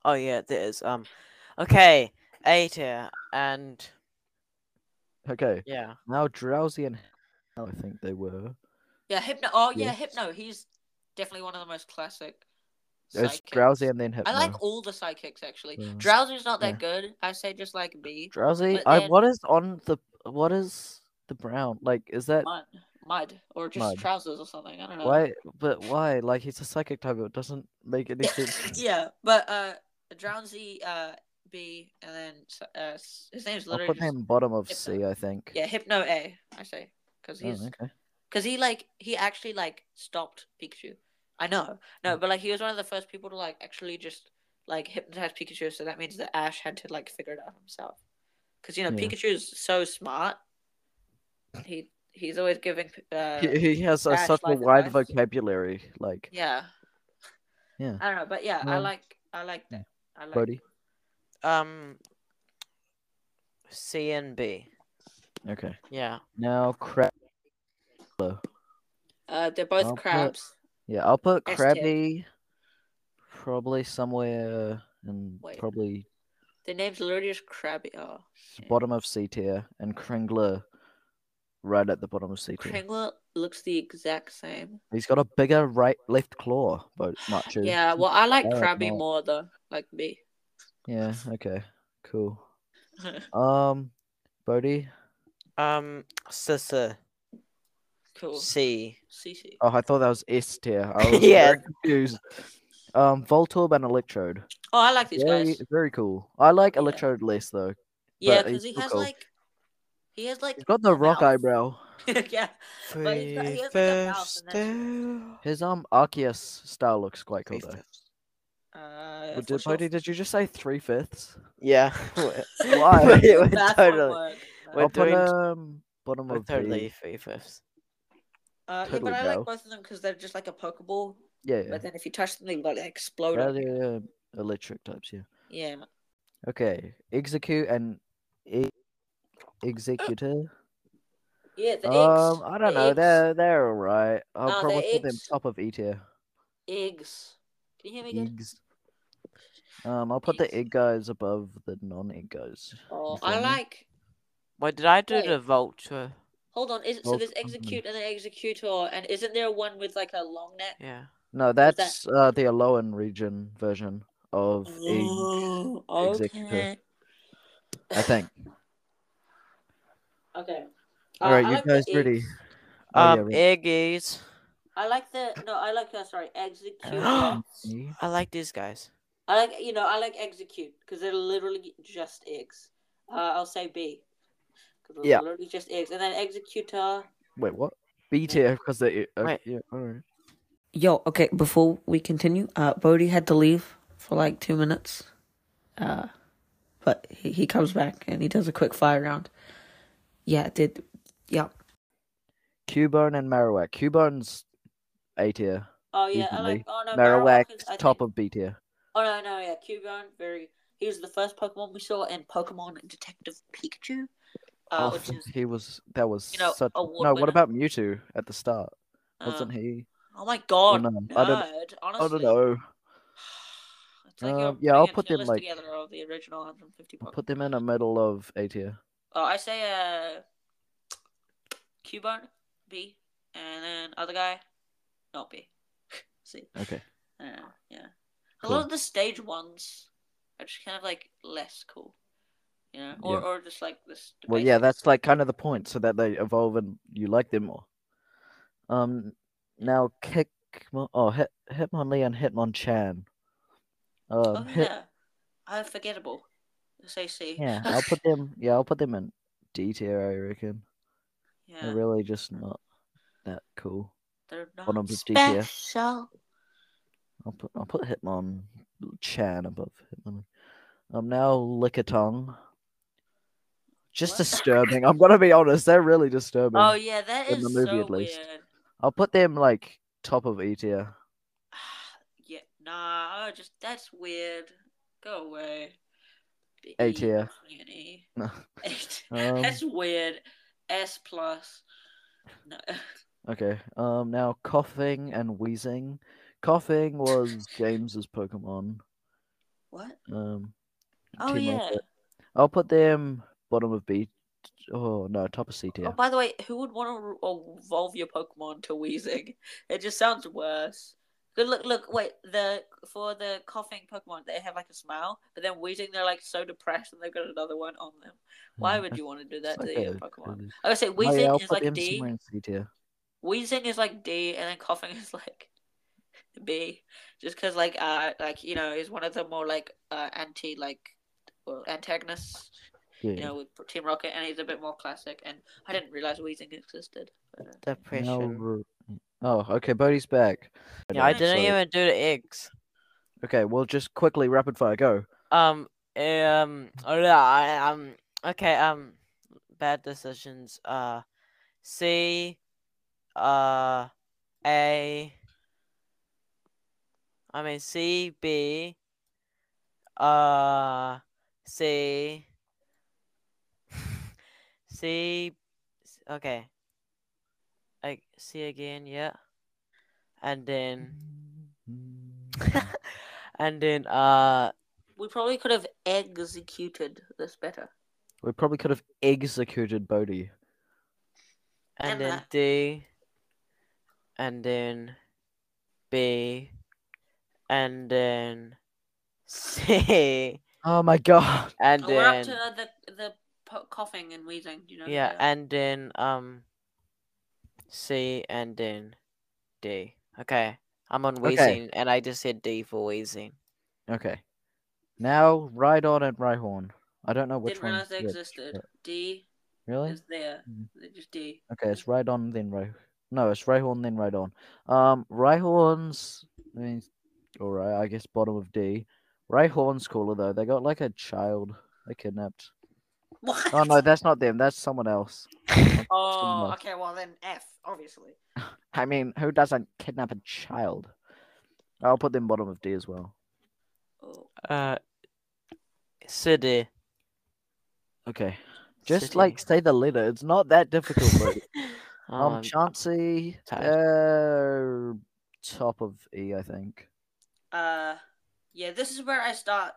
[SPEAKER 4] Oh yeah, there is. Um okay, A tier and
[SPEAKER 2] okay.
[SPEAKER 4] yeah.
[SPEAKER 2] Now drowsy and Hell, I think they were.
[SPEAKER 3] Yeah, Hypno. Oh yeah,
[SPEAKER 2] Yeah.
[SPEAKER 3] Hypno. He's definitely one of the most classic.
[SPEAKER 2] It's
[SPEAKER 3] sidekicks.
[SPEAKER 2] drowsy and then Hypno.
[SPEAKER 3] I like all the sidekicks actually.
[SPEAKER 2] Yeah.
[SPEAKER 3] Drowsy's not that good. I say just like B.
[SPEAKER 2] drowsy.
[SPEAKER 3] but
[SPEAKER 2] I
[SPEAKER 3] then-
[SPEAKER 2] what is on the what is the brown like? Is that
[SPEAKER 3] Mud, mud, or just
[SPEAKER 2] Mud.
[SPEAKER 3] trousers or something. I don't know. <laughs>
[SPEAKER 2] why? But why? Like he's a psychic type. It doesn't make any sense.
[SPEAKER 3] <laughs> yeah, but uh, Drowsy uh B, and then uh, his name's
[SPEAKER 2] I'll
[SPEAKER 3] literally
[SPEAKER 2] put
[SPEAKER 3] just,
[SPEAKER 2] him bottom of
[SPEAKER 3] Hypno.
[SPEAKER 2] C, I think.
[SPEAKER 3] yeah Hypno A. I say because
[SPEAKER 2] Oh,
[SPEAKER 3] he's
[SPEAKER 2] okay.
[SPEAKER 3] because he like he actually like stopped Pikachu. I know,
[SPEAKER 2] Hmm.
[SPEAKER 3] no, but like he was one of the first people to like actually just like hypnotize Pikachu. So that means that Ash had to like figure it out himself. Because you know
[SPEAKER 2] Yeah.
[SPEAKER 3] Pikachu's so smart. He he's always giving.
[SPEAKER 2] <laughs>
[SPEAKER 3] Uh,
[SPEAKER 2] He, he has uh,
[SPEAKER 3] Ash
[SPEAKER 2] such a
[SPEAKER 3] like
[SPEAKER 2] wide
[SPEAKER 3] advice.
[SPEAKER 2] vocabulary, like
[SPEAKER 3] yeah.
[SPEAKER 2] Yeah.
[SPEAKER 3] I don't know, but yeah, I
[SPEAKER 2] Um,
[SPEAKER 3] like I like that. I like.
[SPEAKER 2] Bodhi.
[SPEAKER 4] Um, C and B.
[SPEAKER 2] Okay.
[SPEAKER 4] Yeah.
[SPEAKER 2] Now crab.
[SPEAKER 3] Uh, they're both
[SPEAKER 2] I'll put-
[SPEAKER 3] crabs.
[SPEAKER 2] Yeah, I'll put
[SPEAKER 3] S tier.
[SPEAKER 2] Krabby probably somewhere in
[SPEAKER 3] Wait.
[SPEAKER 2] probably
[SPEAKER 3] Their name's literally just Krabby. Oh, shit.
[SPEAKER 2] bottom of C tier and Kringler right at the bottom of C tier.
[SPEAKER 3] Kringle looks the exact same.
[SPEAKER 2] He's got a bigger right left claw, but much is.
[SPEAKER 3] Yeah, well, I like
[SPEAKER 2] I like
[SPEAKER 3] Krabby
[SPEAKER 2] more.
[SPEAKER 3] more though, like me. <laughs>
[SPEAKER 2] Yeah, okay. Cool. Um Bodhi.
[SPEAKER 4] Um, Sissa.
[SPEAKER 3] cool.
[SPEAKER 4] C.
[SPEAKER 3] CC.
[SPEAKER 2] Oh, I thought that was S tier.
[SPEAKER 4] <laughs>
[SPEAKER 2] I was
[SPEAKER 4] Yeah.
[SPEAKER 2] very confused. Um Voltorb and Electrode.
[SPEAKER 3] Oh, I like these
[SPEAKER 2] Very
[SPEAKER 3] guys.
[SPEAKER 2] very cool. I like
[SPEAKER 3] Yeah.
[SPEAKER 2] Electrode less though.
[SPEAKER 3] Yeah,
[SPEAKER 2] but
[SPEAKER 3] because he
[SPEAKER 2] he's still
[SPEAKER 3] has
[SPEAKER 2] cool.
[SPEAKER 3] like, he has like,
[SPEAKER 2] He's got the rock
[SPEAKER 3] mouth.
[SPEAKER 2] eyebrow.
[SPEAKER 3] <laughs> yeah, But he's got- he has, like, a mouth and
[SPEAKER 2] His um Arceus style looks quite cool though.
[SPEAKER 3] uh,
[SPEAKER 2] Well,
[SPEAKER 3] for
[SPEAKER 2] did,
[SPEAKER 3] sure. <laughs>
[SPEAKER 2] Bodhi, did you just say three fifths?
[SPEAKER 4] <laughs> Yeah.
[SPEAKER 2] <laughs> Why?
[SPEAKER 4] <laughs> Wait, wait,
[SPEAKER 3] Math won't
[SPEAKER 4] totally.
[SPEAKER 3] work.
[SPEAKER 4] We're
[SPEAKER 2] I'll
[SPEAKER 3] Math-
[SPEAKER 2] put
[SPEAKER 4] doing-
[SPEAKER 2] um bottom
[SPEAKER 4] We're
[SPEAKER 2] of
[SPEAKER 4] totally
[SPEAKER 2] B.
[SPEAKER 4] three fifths.
[SPEAKER 3] uh, yeah,
[SPEAKER 2] totally
[SPEAKER 3] but I like
[SPEAKER 2] go.
[SPEAKER 3] both of them because they're just like a Pokeball.
[SPEAKER 2] Yeah, yeah.
[SPEAKER 3] But then if you touch them, they like explode.
[SPEAKER 2] They're
[SPEAKER 3] on you.
[SPEAKER 2] the, uh, electric types. Yeah.
[SPEAKER 3] Yeah.
[SPEAKER 2] Okay. Execute and e- executor.
[SPEAKER 3] Yeah. <gasps> The eggs.
[SPEAKER 2] Um, I don't
[SPEAKER 3] the Oh,
[SPEAKER 2] know.
[SPEAKER 3] eggs.
[SPEAKER 2] They're they're all right.
[SPEAKER 3] No,
[SPEAKER 2] I'll
[SPEAKER 3] they're
[SPEAKER 2] probably put them
[SPEAKER 3] eggs.
[SPEAKER 2] top of E tier.
[SPEAKER 3] eggs. Can you hear me good?
[SPEAKER 2] Eggs. Um, I'll put the
[SPEAKER 3] Eggs.
[SPEAKER 2] egg guys above the non-egg guys.
[SPEAKER 3] Oh,
[SPEAKER 2] You
[SPEAKER 3] I
[SPEAKER 2] feel me?
[SPEAKER 3] like.
[SPEAKER 4] Wait, did I do
[SPEAKER 3] Wait.
[SPEAKER 4] the vulture?
[SPEAKER 3] Hold on. Is so
[SPEAKER 2] Well,
[SPEAKER 3] there's
[SPEAKER 2] um,
[SPEAKER 3] execute and then executor, and isn't there one with like a long neck?
[SPEAKER 4] Yeah.
[SPEAKER 2] No,
[SPEAKER 3] that-
[SPEAKER 2] that's uh the Alolan region version of egg.
[SPEAKER 3] Oh,
[SPEAKER 2] executor.
[SPEAKER 3] okay.
[SPEAKER 2] I think.
[SPEAKER 3] Okay. Uh,
[SPEAKER 2] <laughs> All right,
[SPEAKER 3] I
[SPEAKER 2] you
[SPEAKER 3] like the
[SPEAKER 2] guys ready?
[SPEAKER 3] eggs.
[SPEAKER 2] Oh, yeah,
[SPEAKER 4] um,
[SPEAKER 2] right.
[SPEAKER 4] Iggy's.
[SPEAKER 3] I like the no. I like uh, sorry,
[SPEAKER 2] <gasps>
[SPEAKER 3] execute.
[SPEAKER 2] Me?
[SPEAKER 4] I like these guys.
[SPEAKER 3] I like you know I like execute because they're literally just eggs. Uh, I'll say B. 'Cause they're
[SPEAKER 2] Yeah.
[SPEAKER 3] Literally just eggs, and then executor.
[SPEAKER 2] Wait, what? B tier because they. Uh,
[SPEAKER 4] Wait.
[SPEAKER 2] Yeah, all right.
[SPEAKER 1] Yo, okay, before we continue, uh, Bodhi had to leave for like two minutes. Uh, but he, he comes back and he does a quick fire round. Yeah, did. Yeah.
[SPEAKER 2] Cubone and Marowak. Cubone's A tier.
[SPEAKER 3] Oh yeah, I like.
[SPEAKER 2] Evenly.
[SPEAKER 3] Oh no,
[SPEAKER 2] Marowak
[SPEAKER 3] is- I
[SPEAKER 2] top
[SPEAKER 3] think-
[SPEAKER 2] of B tier.
[SPEAKER 3] Oh no, no, yeah, Cubone. Very. He was the first Pokemon we saw in Pokemon Detective Pikachu, uh,
[SPEAKER 2] oh,
[SPEAKER 3] which is
[SPEAKER 2] <laughs> he was. That was
[SPEAKER 3] you know,
[SPEAKER 2] such.
[SPEAKER 3] award
[SPEAKER 2] No,
[SPEAKER 3] winner.
[SPEAKER 2] what about Mewtwo at the start?
[SPEAKER 3] uh,
[SPEAKER 2] Wasn't he?
[SPEAKER 3] Oh my god,
[SPEAKER 2] no,
[SPEAKER 3] nerd,
[SPEAKER 2] I don't-
[SPEAKER 3] honestly.
[SPEAKER 2] I don't know.
[SPEAKER 3] <sighs> It's like you're
[SPEAKER 2] Um, yeah, I'll
[SPEAKER 3] putting a
[SPEAKER 2] put
[SPEAKER 3] tier
[SPEAKER 2] them,
[SPEAKER 3] list
[SPEAKER 2] like-
[SPEAKER 3] together of the original 150
[SPEAKER 2] I'll
[SPEAKER 3] Pokemon.
[SPEAKER 2] put them in the middle of A tier.
[SPEAKER 3] Oh, I say uh, Cubone B, and then other guy, not B. <laughs> C.
[SPEAKER 2] Okay.
[SPEAKER 3] Uh, yeah, a lot
[SPEAKER 2] Cool.
[SPEAKER 3] of the stage ones are just kind of like less cool, you know, or
[SPEAKER 2] Yeah.
[SPEAKER 3] or just like this. the
[SPEAKER 2] Well, yeah,
[SPEAKER 3] basics.
[SPEAKER 2] that's like kind of the point, so that they evolve and you like them more. Um, now kick. Oh, Hit, Hitmonlee and Hitmonchan. Um,
[SPEAKER 3] Oh
[SPEAKER 2] <laughs> Hit,
[SPEAKER 3] yeah, uh, forgettable. Say C.
[SPEAKER 2] yeah,
[SPEAKER 3] <laughs>
[SPEAKER 2] I'll put them. Yeah, I'll put them in D tier. I reckon.
[SPEAKER 3] yeah.
[SPEAKER 2] They're really just not that cool.
[SPEAKER 3] They're not
[SPEAKER 2] bottom of the D tier.
[SPEAKER 3] special.
[SPEAKER 2] I'll put I'll put Hitmon Chan above Hitmon. Um now Lickitung. Just
[SPEAKER 3] What?
[SPEAKER 2] disturbing. I'm gonna be honest, they're really disturbing.
[SPEAKER 3] Oh yeah, that
[SPEAKER 2] In
[SPEAKER 3] is
[SPEAKER 2] the movie,
[SPEAKER 3] so
[SPEAKER 2] at least.
[SPEAKER 3] weird. <sighs>
[SPEAKER 2] I'll put them like top of E tier. <laughs>
[SPEAKER 3] yeah, nah, I just that's weird. Go away. The
[SPEAKER 2] A
[SPEAKER 3] E,
[SPEAKER 2] tier.
[SPEAKER 3] <laughs> Cranny.
[SPEAKER 2] No.
[SPEAKER 3] Eight.
[SPEAKER 2] Um,
[SPEAKER 3] that's weird. S plus. No. <laughs>
[SPEAKER 2] Okay. Um now coughing and wheezing. Coughing was James's Pokemon.
[SPEAKER 3] What?
[SPEAKER 2] Um
[SPEAKER 3] Oh
[SPEAKER 2] team
[SPEAKER 3] yeah.
[SPEAKER 2] effort. I'll put them bottom of B oh no, top of C tier.
[SPEAKER 3] Oh, by the way, who would want to evolve your Pokemon to Weezing? It just sounds worse. Good look, look, wait. The for the coughing Pokemon, they have like a smile, but then Weezing, they're like so depressed, and they've got another one on them. Why
[SPEAKER 2] Yeah,
[SPEAKER 3] would
[SPEAKER 2] that's
[SPEAKER 3] you want to do that
[SPEAKER 2] Hmm. like
[SPEAKER 3] to your
[SPEAKER 2] a-
[SPEAKER 3] Pokemon?
[SPEAKER 2] a-
[SPEAKER 3] I would say
[SPEAKER 2] Oh, yeah, I'll
[SPEAKER 3] Weezing is
[SPEAKER 2] put
[SPEAKER 3] like
[SPEAKER 2] them
[SPEAKER 3] D.
[SPEAKER 2] somewhere in C tier.
[SPEAKER 3] Wheezing is like D, and then coughing <laughs> is like B, just because like uh like you know is one of the more like uh anti like well, antagonists.
[SPEAKER 2] Yeah.
[SPEAKER 3] you know, with Team Rocket, and he's a bit more classic. And I didn't realize Weezing existed. But, uh,
[SPEAKER 4] Depression.
[SPEAKER 2] No r- Oh, okay. Bodhi's back.
[SPEAKER 4] yeah, I
[SPEAKER 3] no,
[SPEAKER 4] didn't
[SPEAKER 2] so-
[SPEAKER 4] even do the eggs.
[SPEAKER 2] Okay, well, just quickly, rapid fire,
[SPEAKER 4] <laughs>
[SPEAKER 2] go.
[SPEAKER 4] Um, um, oh, yeah, I, um, okay, um, bad decisions. Uh, C, uh, A, I mean, C, B, uh, C, <laughs> C, s- okay, I C again, yeah, and then, and then, uh,
[SPEAKER 3] we probably could have executed this better.
[SPEAKER 2] We probably could have executed Bodhi.
[SPEAKER 4] and
[SPEAKER 3] And
[SPEAKER 4] then
[SPEAKER 3] that.
[SPEAKER 4] D, and then B, and then C, <laughs>
[SPEAKER 2] Oh my god.
[SPEAKER 4] and
[SPEAKER 3] Oh, we're up
[SPEAKER 4] then
[SPEAKER 3] to uh, the the po- coughing and wheezing. You know.
[SPEAKER 4] yeah, and then um C, and then D. Okay, I'm on
[SPEAKER 2] Okay.
[SPEAKER 4] wheezing, and I just said D for wheezing.
[SPEAKER 2] Okay. Now, Rhydon and Rhyhorn. I don't know which
[SPEAKER 3] didn't
[SPEAKER 2] one.
[SPEAKER 3] realize they
[SPEAKER 2] which,
[SPEAKER 3] existed.
[SPEAKER 2] but-
[SPEAKER 3] D
[SPEAKER 2] Really?
[SPEAKER 3] is there.
[SPEAKER 2] Mm.
[SPEAKER 3] They're just D. <laughs>
[SPEAKER 2] Okay, it's Rhydon then Rhy. No, it's Rhyhorn then Rhydon. Um, Rhyhorn's. I mean, alright, I guess bottom of D. Rhyhorn's cooler though. They got like a child. They kidnapped.
[SPEAKER 3] What?
[SPEAKER 2] Oh no, that's not them. That's someone else. <laughs>
[SPEAKER 3] Oh,
[SPEAKER 2] enough.
[SPEAKER 3] okay. Well, then F, obviously.
[SPEAKER 2] I mean, who doesn't kidnap a child? I'll put them bottom of D as well.
[SPEAKER 3] Oh,
[SPEAKER 4] Uh, city.
[SPEAKER 2] Okay. Just
[SPEAKER 4] City.
[SPEAKER 2] like say the letter. It's not that difficult. Bro. um,
[SPEAKER 4] um,
[SPEAKER 2] Chauncey, uh, top of E, I think.
[SPEAKER 3] Uh, yeah. This is where I start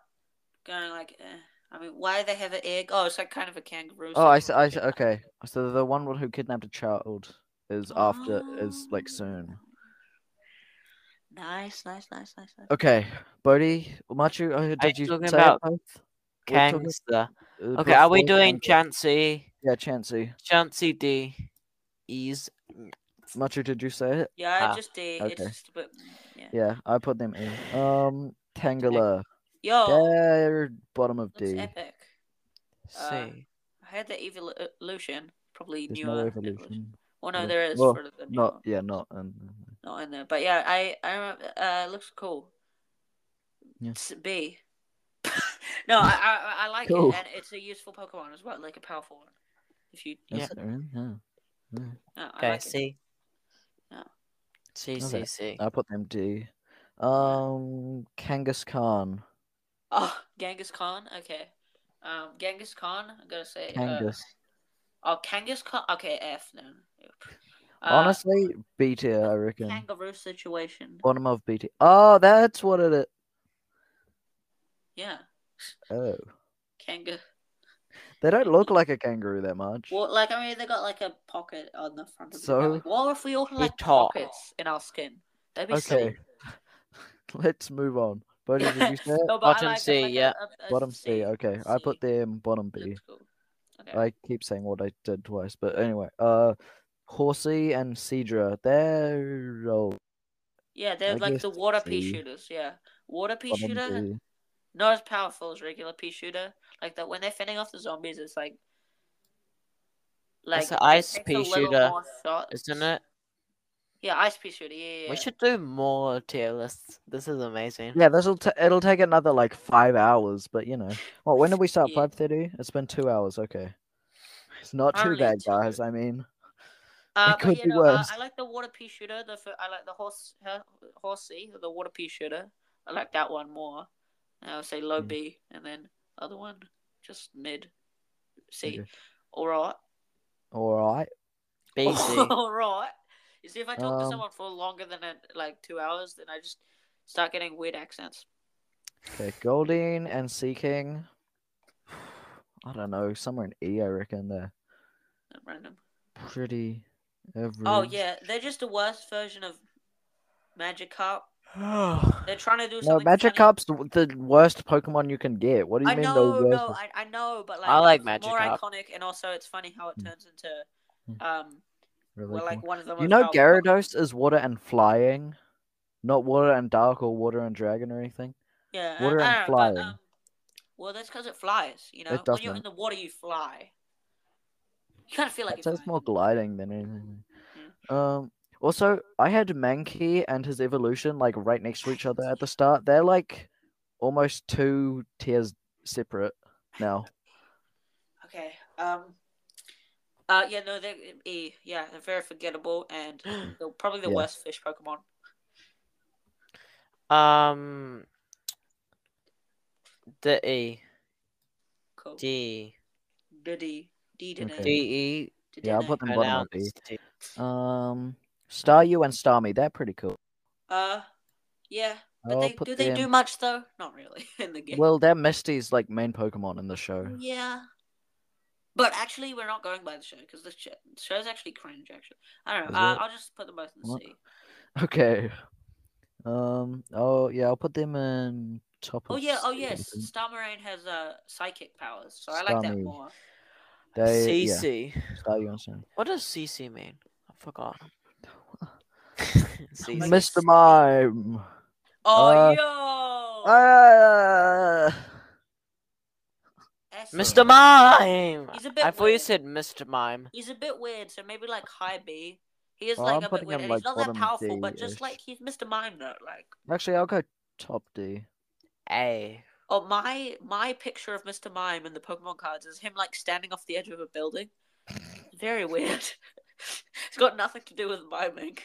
[SPEAKER 3] going like. Eh. I mean, why do they have an egg? Oh, it's like kind of E? a kangaroo.
[SPEAKER 2] Oh, I see.
[SPEAKER 3] syndrome.
[SPEAKER 2] I see. Okay. So the one who kidnapped a child is after is like
[SPEAKER 3] Oh.
[SPEAKER 2] soon.
[SPEAKER 3] Nice, nice, nice, nice, nice.
[SPEAKER 2] Okay, Bodhi, Machu, uh, did
[SPEAKER 4] you
[SPEAKER 2] you
[SPEAKER 4] talking
[SPEAKER 2] say
[SPEAKER 4] about
[SPEAKER 2] it both? We're talking-
[SPEAKER 4] Kangster.
[SPEAKER 2] uh,
[SPEAKER 4] Okay, are we
[SPEAKER 2] Professor
[SPEAKER 4] doing
[SPEAKER 2] Kang-
[SPEAKER 4] Chancy?
[SPEAKER 2] Yeah, Chansey.
[SPEAKER 4] Chancy D is
[SPEAKER 2] Machu, did you say it?
[SPEAKER 3] Yeah, I
[SPEAKER 4] Ah,
[SPEAKER 3] just did. It's
[SPEAKER 2] okay.
[SPEAKER 3] just a bit. Yeah.
[SPEAKER 2] Yeah, I put them in. Um, Tangela.
[SPEAKER 3] Yo,
[SPEAKER 2] They're bottom of
[SPEAKER 3] Oh. looks
[SPEAKER 2] D.
[SPEAKER 3] epic.
[SPEAKER 4] C.
[SPEAKER 3] Uh, I had the evolution, probably
[SPEAKER 2] There's
[SPEAKER 3] newer.
[SPEAKER 2] no
[SPEAKER 3] evolution.
[SPEAKER 2] evolution.
[SPEAKER 3] Well, no,
[SPEAKER 2] Yeah.
[SPEAKER 3] there is
[SPEAKER 2] Well,
[SPEAKER 3] for the new
[SPEAKER 2] Not
[SPEAKER 3] one.
[SPEAKER 2] yeah, not um,
[SPEAKER 3] not in there. But yeah, I I remember. Uh, it looks cool.
[SPEAKER 2] Yeah.
[SPEAKER 3] It's a B. <laughs> no, I I, I like
[SPEAKER 2] Cool.
[SPEAKER 3] it, and it's a useful Pokemon as well, like a powerful one. If you,
[SPEAKER 4] Yeah.
[SPEAKER 2] is it really? yeah.
[SPEAKER 3] no, I
[SPEAKER 4] Okay,
[SPEAKER 3] like it.
[SPEAKER 4] C.
[SPEAKER 3] No.
[SPEAKER 4] C,
[SPEAKER 2] Okay.
[SPEAKER 4] C, C.
[SPEAKER 2] I put them D. Um, Kangaskhan.
[SPEAKER 3] Oh, Genghis Khan. Okay. Um, Genghis Khan. I'm gonna say. Uh,
[SPEAKER 2] Kangas.
[SPEAKER 3] oh, Kangas Khan. Okay, F. No. Uh,
[SPEAKER 2] Honestly, B tier, I reckon.
[SPEAKER 3] kangaroo situation.
[SPEAKER 2] Bottom of B tier. Oh, that's what it is.
[SPEAKER 3] Yeah,
[SPEAKER 2] Oh,
[SPEAKER 3] kangaroo.
[SPEAKER 2] they don't look like a kangaroo that much.
[SPEAKER 3] Well, like I mean, they got like a pocket on the front of the
[SPEAKER 2] So-
[SPEAKER 3] belly. What if we all had
[SPEAKER 4] We
[SPEAKER 3] like
[SPEAKER 4] talk.
[SPEAKER 3] pockets in our skin? That'd be
[SPEAKER 2] Okay. <laughs>
[SPEAKER 3] silly.
[SPEAKER 2] Let's move on. Bodhi, did
[SPEAKER 3] <laughs>
[SPEAKER 2] you say it?
[SPEAKER 3] No, but I
[SPEAKER 4] Bottom
[SPEAKER 3] like it,
[SPEAKER 4] C,
[SPEAKER 3] like a-
[SPEAKER 4] yeah.
[SPEAKER 3] a- a
[SPEAKER 2] Bottom C. Okay, I put
[SPEAKER 3] C.
[SPEAKER 2] them bottom B.
[SPEAKER 3] Looks cool. Okay.
[SPEAKER 2] I keep saying what I did twice, but anyway. Uh, Horsey and Cedra. They're all
[SPEAKER 3] Yeah, they're
[SPEAKER 2] I
[SPEAKER 3] like the
[SPEAKER 2] guess
[SPEAKER 3] water pea
[SPEAKER 2] C.
[SPEAKER 3] shooters. Yeah, water pea
[SPEAKER 2] bottom
[SPEAKER 3] shooter,
[SPEAKER 2] B.
[SPEAKER 3] not as powerful as regular pea shooter. Like that when they're fending off the zombies, it's like
[SPEAKER 4] That's
[SPEAKER 3] like
[SPEAKER 4] a ice
[SPEAKER 3] takes a
[SPEAKER 4] pea
[SPEAKER 3] little
[SPEAKER 4] shooter,
[SPEAKER 3] more shot.
[SPEAKER 4] Isn't it?
[SPEAKER 3] Yeah, ice pea shooter. Yeah, yeah,
[SPEAKER 4] We
[SPEAKER 3] yeah.
[SPEAKER 4] should do more tier lists. This is amazing.
[SPEAKER 2] <laughs> Yeah, this'll t- it'll take another like five hours, but you know. Well, when did we start?
[SPEAKER 3] Yeah.
[SPEAKER 2] Five thirty. It's been two hours. Okay, it's not too
[SPEAKER 3] Only
[SPEAKER 2] bad,
[SPEAKER 3] two.
[SPEAKER 2] guys. I mean,
[SPEAKER 3] Uh,
[SPEAKER 2] It
[SPEAKER 3] but
[SPEAKER 2] could
[SPEAKER 3] you
[SPEAKER 2] be
[SPEAKER 3] know, uh,
[SPEAKER 2] worse.
[SPEAKER 3] I like the water pea shooter. The fir- I like the horse her- horsey, the water pea shooter. I like that one more. And I would say low
[SPEAKER 4] Hmm.
[SPEAKER 2] Mm.
[SPEAKER 3] B, and then other one just mid C.
[SPEAKER 2] Okay.
[SPEAKER 3] All right,
[SPEAKER 2] all right.
[SPEAKER 4] B, C.
[SPEAKER 3] <laughs> all right. You see, if I talk to
[SPEAKER 2] Um,
[SPEAKER 3] someone for longer than uh, like two hours, then I just start getting weird accents.
[SPEAKER 2] Okay, Goldeen and Sea King. I don't know, somewhere in E, I reckon. They're
[SPEAKER 3] At random.
[SPEAKER 2] pretty.
[SPEAKER 3] Oh
[SPEAKER 2] average.
[SPEAKER 3] yeah, they're just the worst version of Magikarp.
[SPEAKER 4] I
[SPEAKER 3] They're trying to do
[SPEAKER 2] <sighs> No,
[SPEAKER 3] something. funny.
[SPEAKER 2] Magikarp's the, the worst Pokemon you can get. What do you
[SPEAKER 3] I
[SPEAKER 2] mean
[SPEAKER 3] know,
[SPEAKER 2] the worst?
[SPEAKER 3] no, I, I know, but like
[SPEAKER 4] I like
[SPEAKER 3] it's more
[SPEAKER 4] Magikarp.
[SPEAKER 3] iconic, and also it's funny how it
[SPEAKER 2] Mm.
[SPEAKER 3] turns into um,
[SPEAKER 2] Hmm. Really
[SPEAKER 3] well, like
[SPEAKER 2] cool.
[SPEAKER 3] one of the
[SPEAKER 2] you
[SPEAKER 3] most
[SPEAKER 2] know,
[SPEAKER 3] powerful Pokemon.
[SPEAKER 2] Gyarados is water and flying, not water and dark or water and dragon or anything.
[SPEAKER 3] yeah,
[SPEAKER 2] water
[SPEAKER 3] I, I
[SPEAKER 2] and
[SPEAKER 3] don't know, but,
[SPEAKER 2] flying.
[SPEAKER 3] um, Well, that's because it flies. You know,
[SPEAKER 2] It
[SPEAKER 3] when you're in
[SPEAKER 2] doesn't.
[SPEAKER 3] the water, you fly. You kind of feel like Mm.
[SPEAKER 2] That
[SPEAKER 3] you're
[SPEAKER 2] sounds
[SPEAKER 3] flying.
[SPEAKER 2] more gliding than anything. Um. Also, I had Mankey and his evolution like right next to each other at the start. They're like almost two tiers separate now.
[SPEAKER 3] Okay. Um. Uh. Yeah. No. They're eh, yeah. They're very forgettable and they're probably the
[SPEAKER 2] Yeah.
[SPEAKER 3] worst fish Pokemon.
[SPEAKER 4] Um, D E
[SPEAKER 3] Cool. D
[SPEAKER 4] D
[SPEAKER 3] D D D
[SPEAKER 2] Okay.
[SPEAKER 4] D E
[SPEAKER 2] Yeah, I'll put them bottom up.
[SPEAKER 4] pronounced. D.
[SPEAKER 2] Um, Staryu and Starmie, they're pretty cool.
[SPEAKER 3] Uh. Yeah. But
[SPEAKER 2] I'll
[SPEAKER 3] they,
[SPEAKER 2] put
[SPEAKER 3] do they
[SPEAKER 2] them-
[SPEAKER 3] do much though? Not really <laughs> in the game.
[SPEAKER 2] Well, they're Misty's like main Pokemon in the show.
[SPEAKER 3] yeah. But actually, we're not going by the show because the show, the show's actually cringe. Actually, I don't know.
[SPEAKER 2] Is
[SPEAKER 3] Uh,
[SPEAKER 2] it?
[SPEAKER 3] I'll just put them both in
[SPEAKER 2] What?
[SPEAKER 3] C.
[SPEAKER 2] <laughs> Okay. Um. Oh yeah, I'll put them in top.
[SPEAKER 3] Oh
[SPEAKER 2] of
[SPEAKER 3] yeah. Oh
[SPEAKER 2] C, I
[SPEAKER 3] yes.
[SPEAKER 2] think.
[SPEAKER 3] Starmarine has uh psychic powers, so I like that
[SPEAKER 2] Starmie.
[SPEAKER 3] more.
[SPEAKER 2] They, yeah,
[SPEAKER 4] CC.
[SPEAKER 2] Staryu and Starmie.
[SPEAKER 4] What does CC mean? I
[SPEAKER 2] <laughs>
[SPEAKER 4] forgot.
[SPEAKER 3] Like
[SPEAKER 4] CC.
[SPEAKER 2] Mr. Mime.
[SPEAKER 3] Oh
[SPEAKER 2] Uh,
[SPEAKER 3] yo. Oh.
[SPEAKER 2] Ah!
[SPEAKER 3] S-
[SPEAKER 4] Mr. Mime.
[SPEAKER 3] He's a bit
[SPEAKER 4] I thought you
[SPEAKER 3] weird.
[SPEAKER 4] said Mr. Mime.
[SPEAKER 3] He's a bit weird, so maybe like high B. He is
[SPEAKER 2] Oh,
[SPEAKER 3] like
[SPEAKER 2] I'm
[SPEAKER 3] a bit
[SPEAKER 2] putting
[SPEAKER 3] weird,
[SPEAKER 2] him,
[SPEAKER 3] and he's not
[SPEAKER 2] like,
[SPEAKER 3] that
[SPEAKER 2] bottom
[SPEAKER 3] powerful, but
[SPEAKER 2] D-ish.
[SPEAKER 3] just like he's Mr. Mime though. Like,
[SPEAKER 2] Actually, I'll go top D.
[SPEAKER 4] A.
[SPEAKER 3] oh my my picture of Mr. Mime in the Pokemon cards is him like standing off the edge of a building. Very weird. <laughs> it's got nothing to do with miming.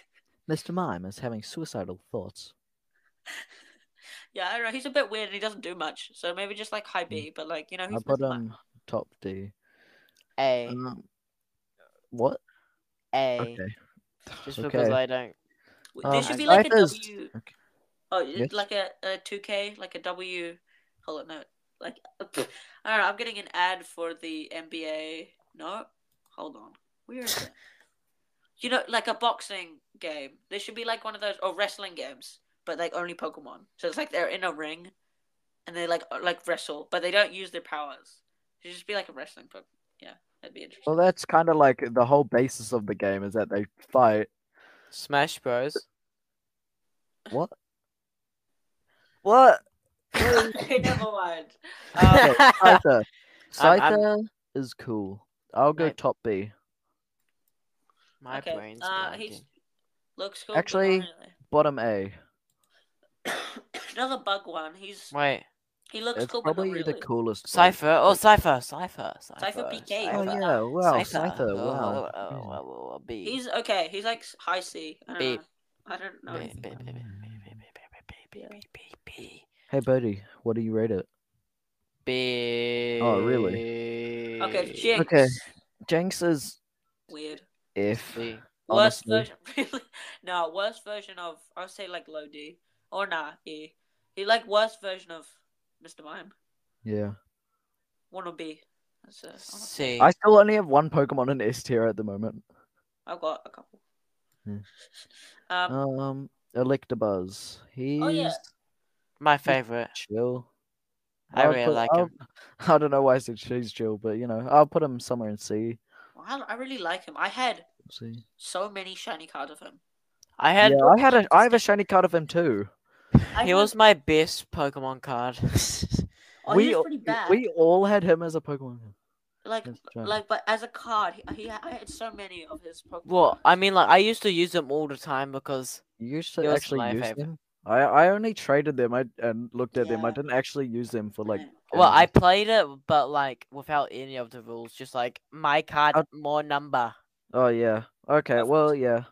[SPEAKER 2] Mr. Mime is having suicidal thoughts.
[SPEAKER 3] Yeah, I don't know. He's a bit weird, and he doesn't do much. So maybe just like high B, but like you know, he's
[SPEAKER 2] I'll put um,
[SPEAKER 3] Mr. Mime.
[SPEAKER 2] him top D.
[SPEAKER 4] A.
[SPEAKER 2] Um, what?
[SPEAKER 4] A.
[SPEAKER 2] Mm, Okay.
[SPEAKER 4] Just
[SPEAKER 2] okay.
[SPEAKER 4] because I don't.
[SPEAKER 3] There
[SPEAKER 2] Um,
[SPEAKER 3] should be
[SPEAKER 2] I
[SPEAKER 3] like a
[SPEAKER 2] just-
[SPEAKER 3] W.
[SPEAKER 2] okay.
[SPEAKER 3] Oh,
[SPEAKER 2] Yes?
[SPEAKER 3] like a, a 2K, like a W. Hold on, no. Like, I don't know. I'm getting an ad for the NBA. No, hold on. Where is it? you know, like a boxing game. There should be like one of those, or wrestling games, but like only Pokemon. So it's like they're in a ring, and they like like wrestle, but they don't use their powers. It should just be like a wrestling Pokemon. Yeah, that'd be interesting.
[SPEAKER 2] Well, that's kind of like the whole basis of the game is that they fight.
[SPEAKER 4] Smash Bros. <laughs>
[SPEAKER 2] What? What?
[SPEAKER 3] <laughs> okay, never mind.
[SPEAKER 2] Okay,
[SPEAKER 3] Um,
[SPEAKER 2] Scyther.
[SPEAKER 4] <laughs> I'm- I'm-
[SPEAKER 2] Scyther is cool. I'll go
[SPEAKER 4] Right.
[SPEAKER 2] top B.
[SPEAKER 4] My
[SPEAKER 3] okay.
[SPEAKER 4] brain's
[SPEAKER 3] uh,
[SPEAKER 4] blanking.
[SPEAKER 3] he's looks cool. but not
[SPEAKER 2] Actually-
[SPEAKER 3] really.
[SPEAKER 2] Bottom A.
[SPEAKER 3] <coughs> Another bug one. He's
[SPEAKER 4] Wait,
[SPEAKER 3] he looks
[SPEAKER 2] It's
[SPEAKER 3] cool, but not
[SPEAKER 2] probably
[SPEAKER 3] really.
[SPEAKER 2] the coolest. one.
[SPEAKER 4] Cipher. Oh, Cipher. Cipher. Cipher.
[SPEAKER 3] PK.
[SPEAKER 2] Oh
[SPEAKER 3] Scyther.
[SPEAKER 2] yeah! Wow, Scyther.
[SPEAKER 4] Oh,
[SPEAKER 2] wow.
[SPEAKER 4] oh, oh,
[SPEAKER 2] Crazy.
[SPEAKER 4] oh, oh, oh, B.
[SPEAKER 3] He's okay. He's like s- high C. I don't
[SPEAKER 4] Beep.
[SPEAKER 3] know. I don't know.
[SPEAKER 4] B, B, B, B, B, B, B, B, B, B, B, B, B,
[SPEAKER 2] Hey, Bodhi, what do you rate it?
[SPEAKER 4] B.
[SPEAKER 2] Oh, really?
[SPEAKER 3] Okay, Jinx.
[SPEAKER 2] Okay. Jinx is
[SPEAKER 3] <laughs> Weird.
[SPEAKER 2] F.
[SPEAKER 4] B.
[SPEAKER 3] Worst
[SPEAKER 2] Honestly.
[SPEAKER 3] version. <laughs> Really? No, worst version of. I would say like low D or nah E. He like worst version of Mr. Mime.
[SPEAKER 2] Yeah.
[SPEAKER 3] Wanna be. That's it.
[SPEAKER 4] C.
[SPEAKER 2] I still only have one Pokemon in S tier at the moment.
[SPEAKER 3] I've got a couple.
[SPEAKER 2] Hmm.
[SPEAKER 3] Um, oh,
[SPEAKER 2] Um, Electabuzz. He's
[SPEAKER 4] My favorite.
[SPEAKER 2] chill. <laughs>
[SPEAKER 4] I
[SPEAKER 2] I'll
[SPEAKER 4] really
[SPEAKER 2] put-
[SPEAKER 4] like
[SPEAKER 2] I'll-
[SPEAKER 4] him.
[SPEAKER 2] I don't know why I said she's chill, but you know, I'll put him somewhere in C.
[SPEAKER 3] I, I really like him. I had
[SPEAKER 2] C.
[SPEAKER 3] so many shiny cards of him.
[SPEAKER 4] I had.
[SPEAKER 2] yeah, I had a I have a shiny card of him too.
[SPEAKER 3] I
[SPEAKER 4] He
[SPEAKER 3] had-
[SPEAKER 4] was my best Pokemon card.
[SPEAKER 3] Oh,
[SPEAKER 2] we
[SPEAKER 3] he
[SPEAKER 2] all-
[SPEAKER 3] was pretty bad.
[SPEAKER 2] We all had him as a Pokemon.
[SPEAKER 3] like
[SPEAKER 2] That's true.
[SPEAKER 3] like but as a card he, he I had so many of his Pokemon.
[SPEAKER 4] well, I mean, like I used to use them all the time because
[SPEAKER 2] You used to
[SPEAKER 4] He was
[SPEAKER 2] actually
[SPEAKER 4] my
[SPEAKER 2] use
[SPEAKER 4] favorite.
[SPEAKER 2] them. I, I only traded them. I and looked at them. I
[SPEAKER 3] Yeah.
[SPEAKER 2] didn't actually use them for like.
[SPEAKER 3] Right.
[SPEAKER 4] well, I
[SPEAKER 2] games.
[SPEAKER 4] played it, but like without any of the rules, just like my card,
[SPEAKER 2] I'd-
[SPEAKER 4] more number.
[SPEAKER 2] Oh yeah. Okay.
[SPEAKER 3] Perfect.
[SPEAKER 2] Well, yeah.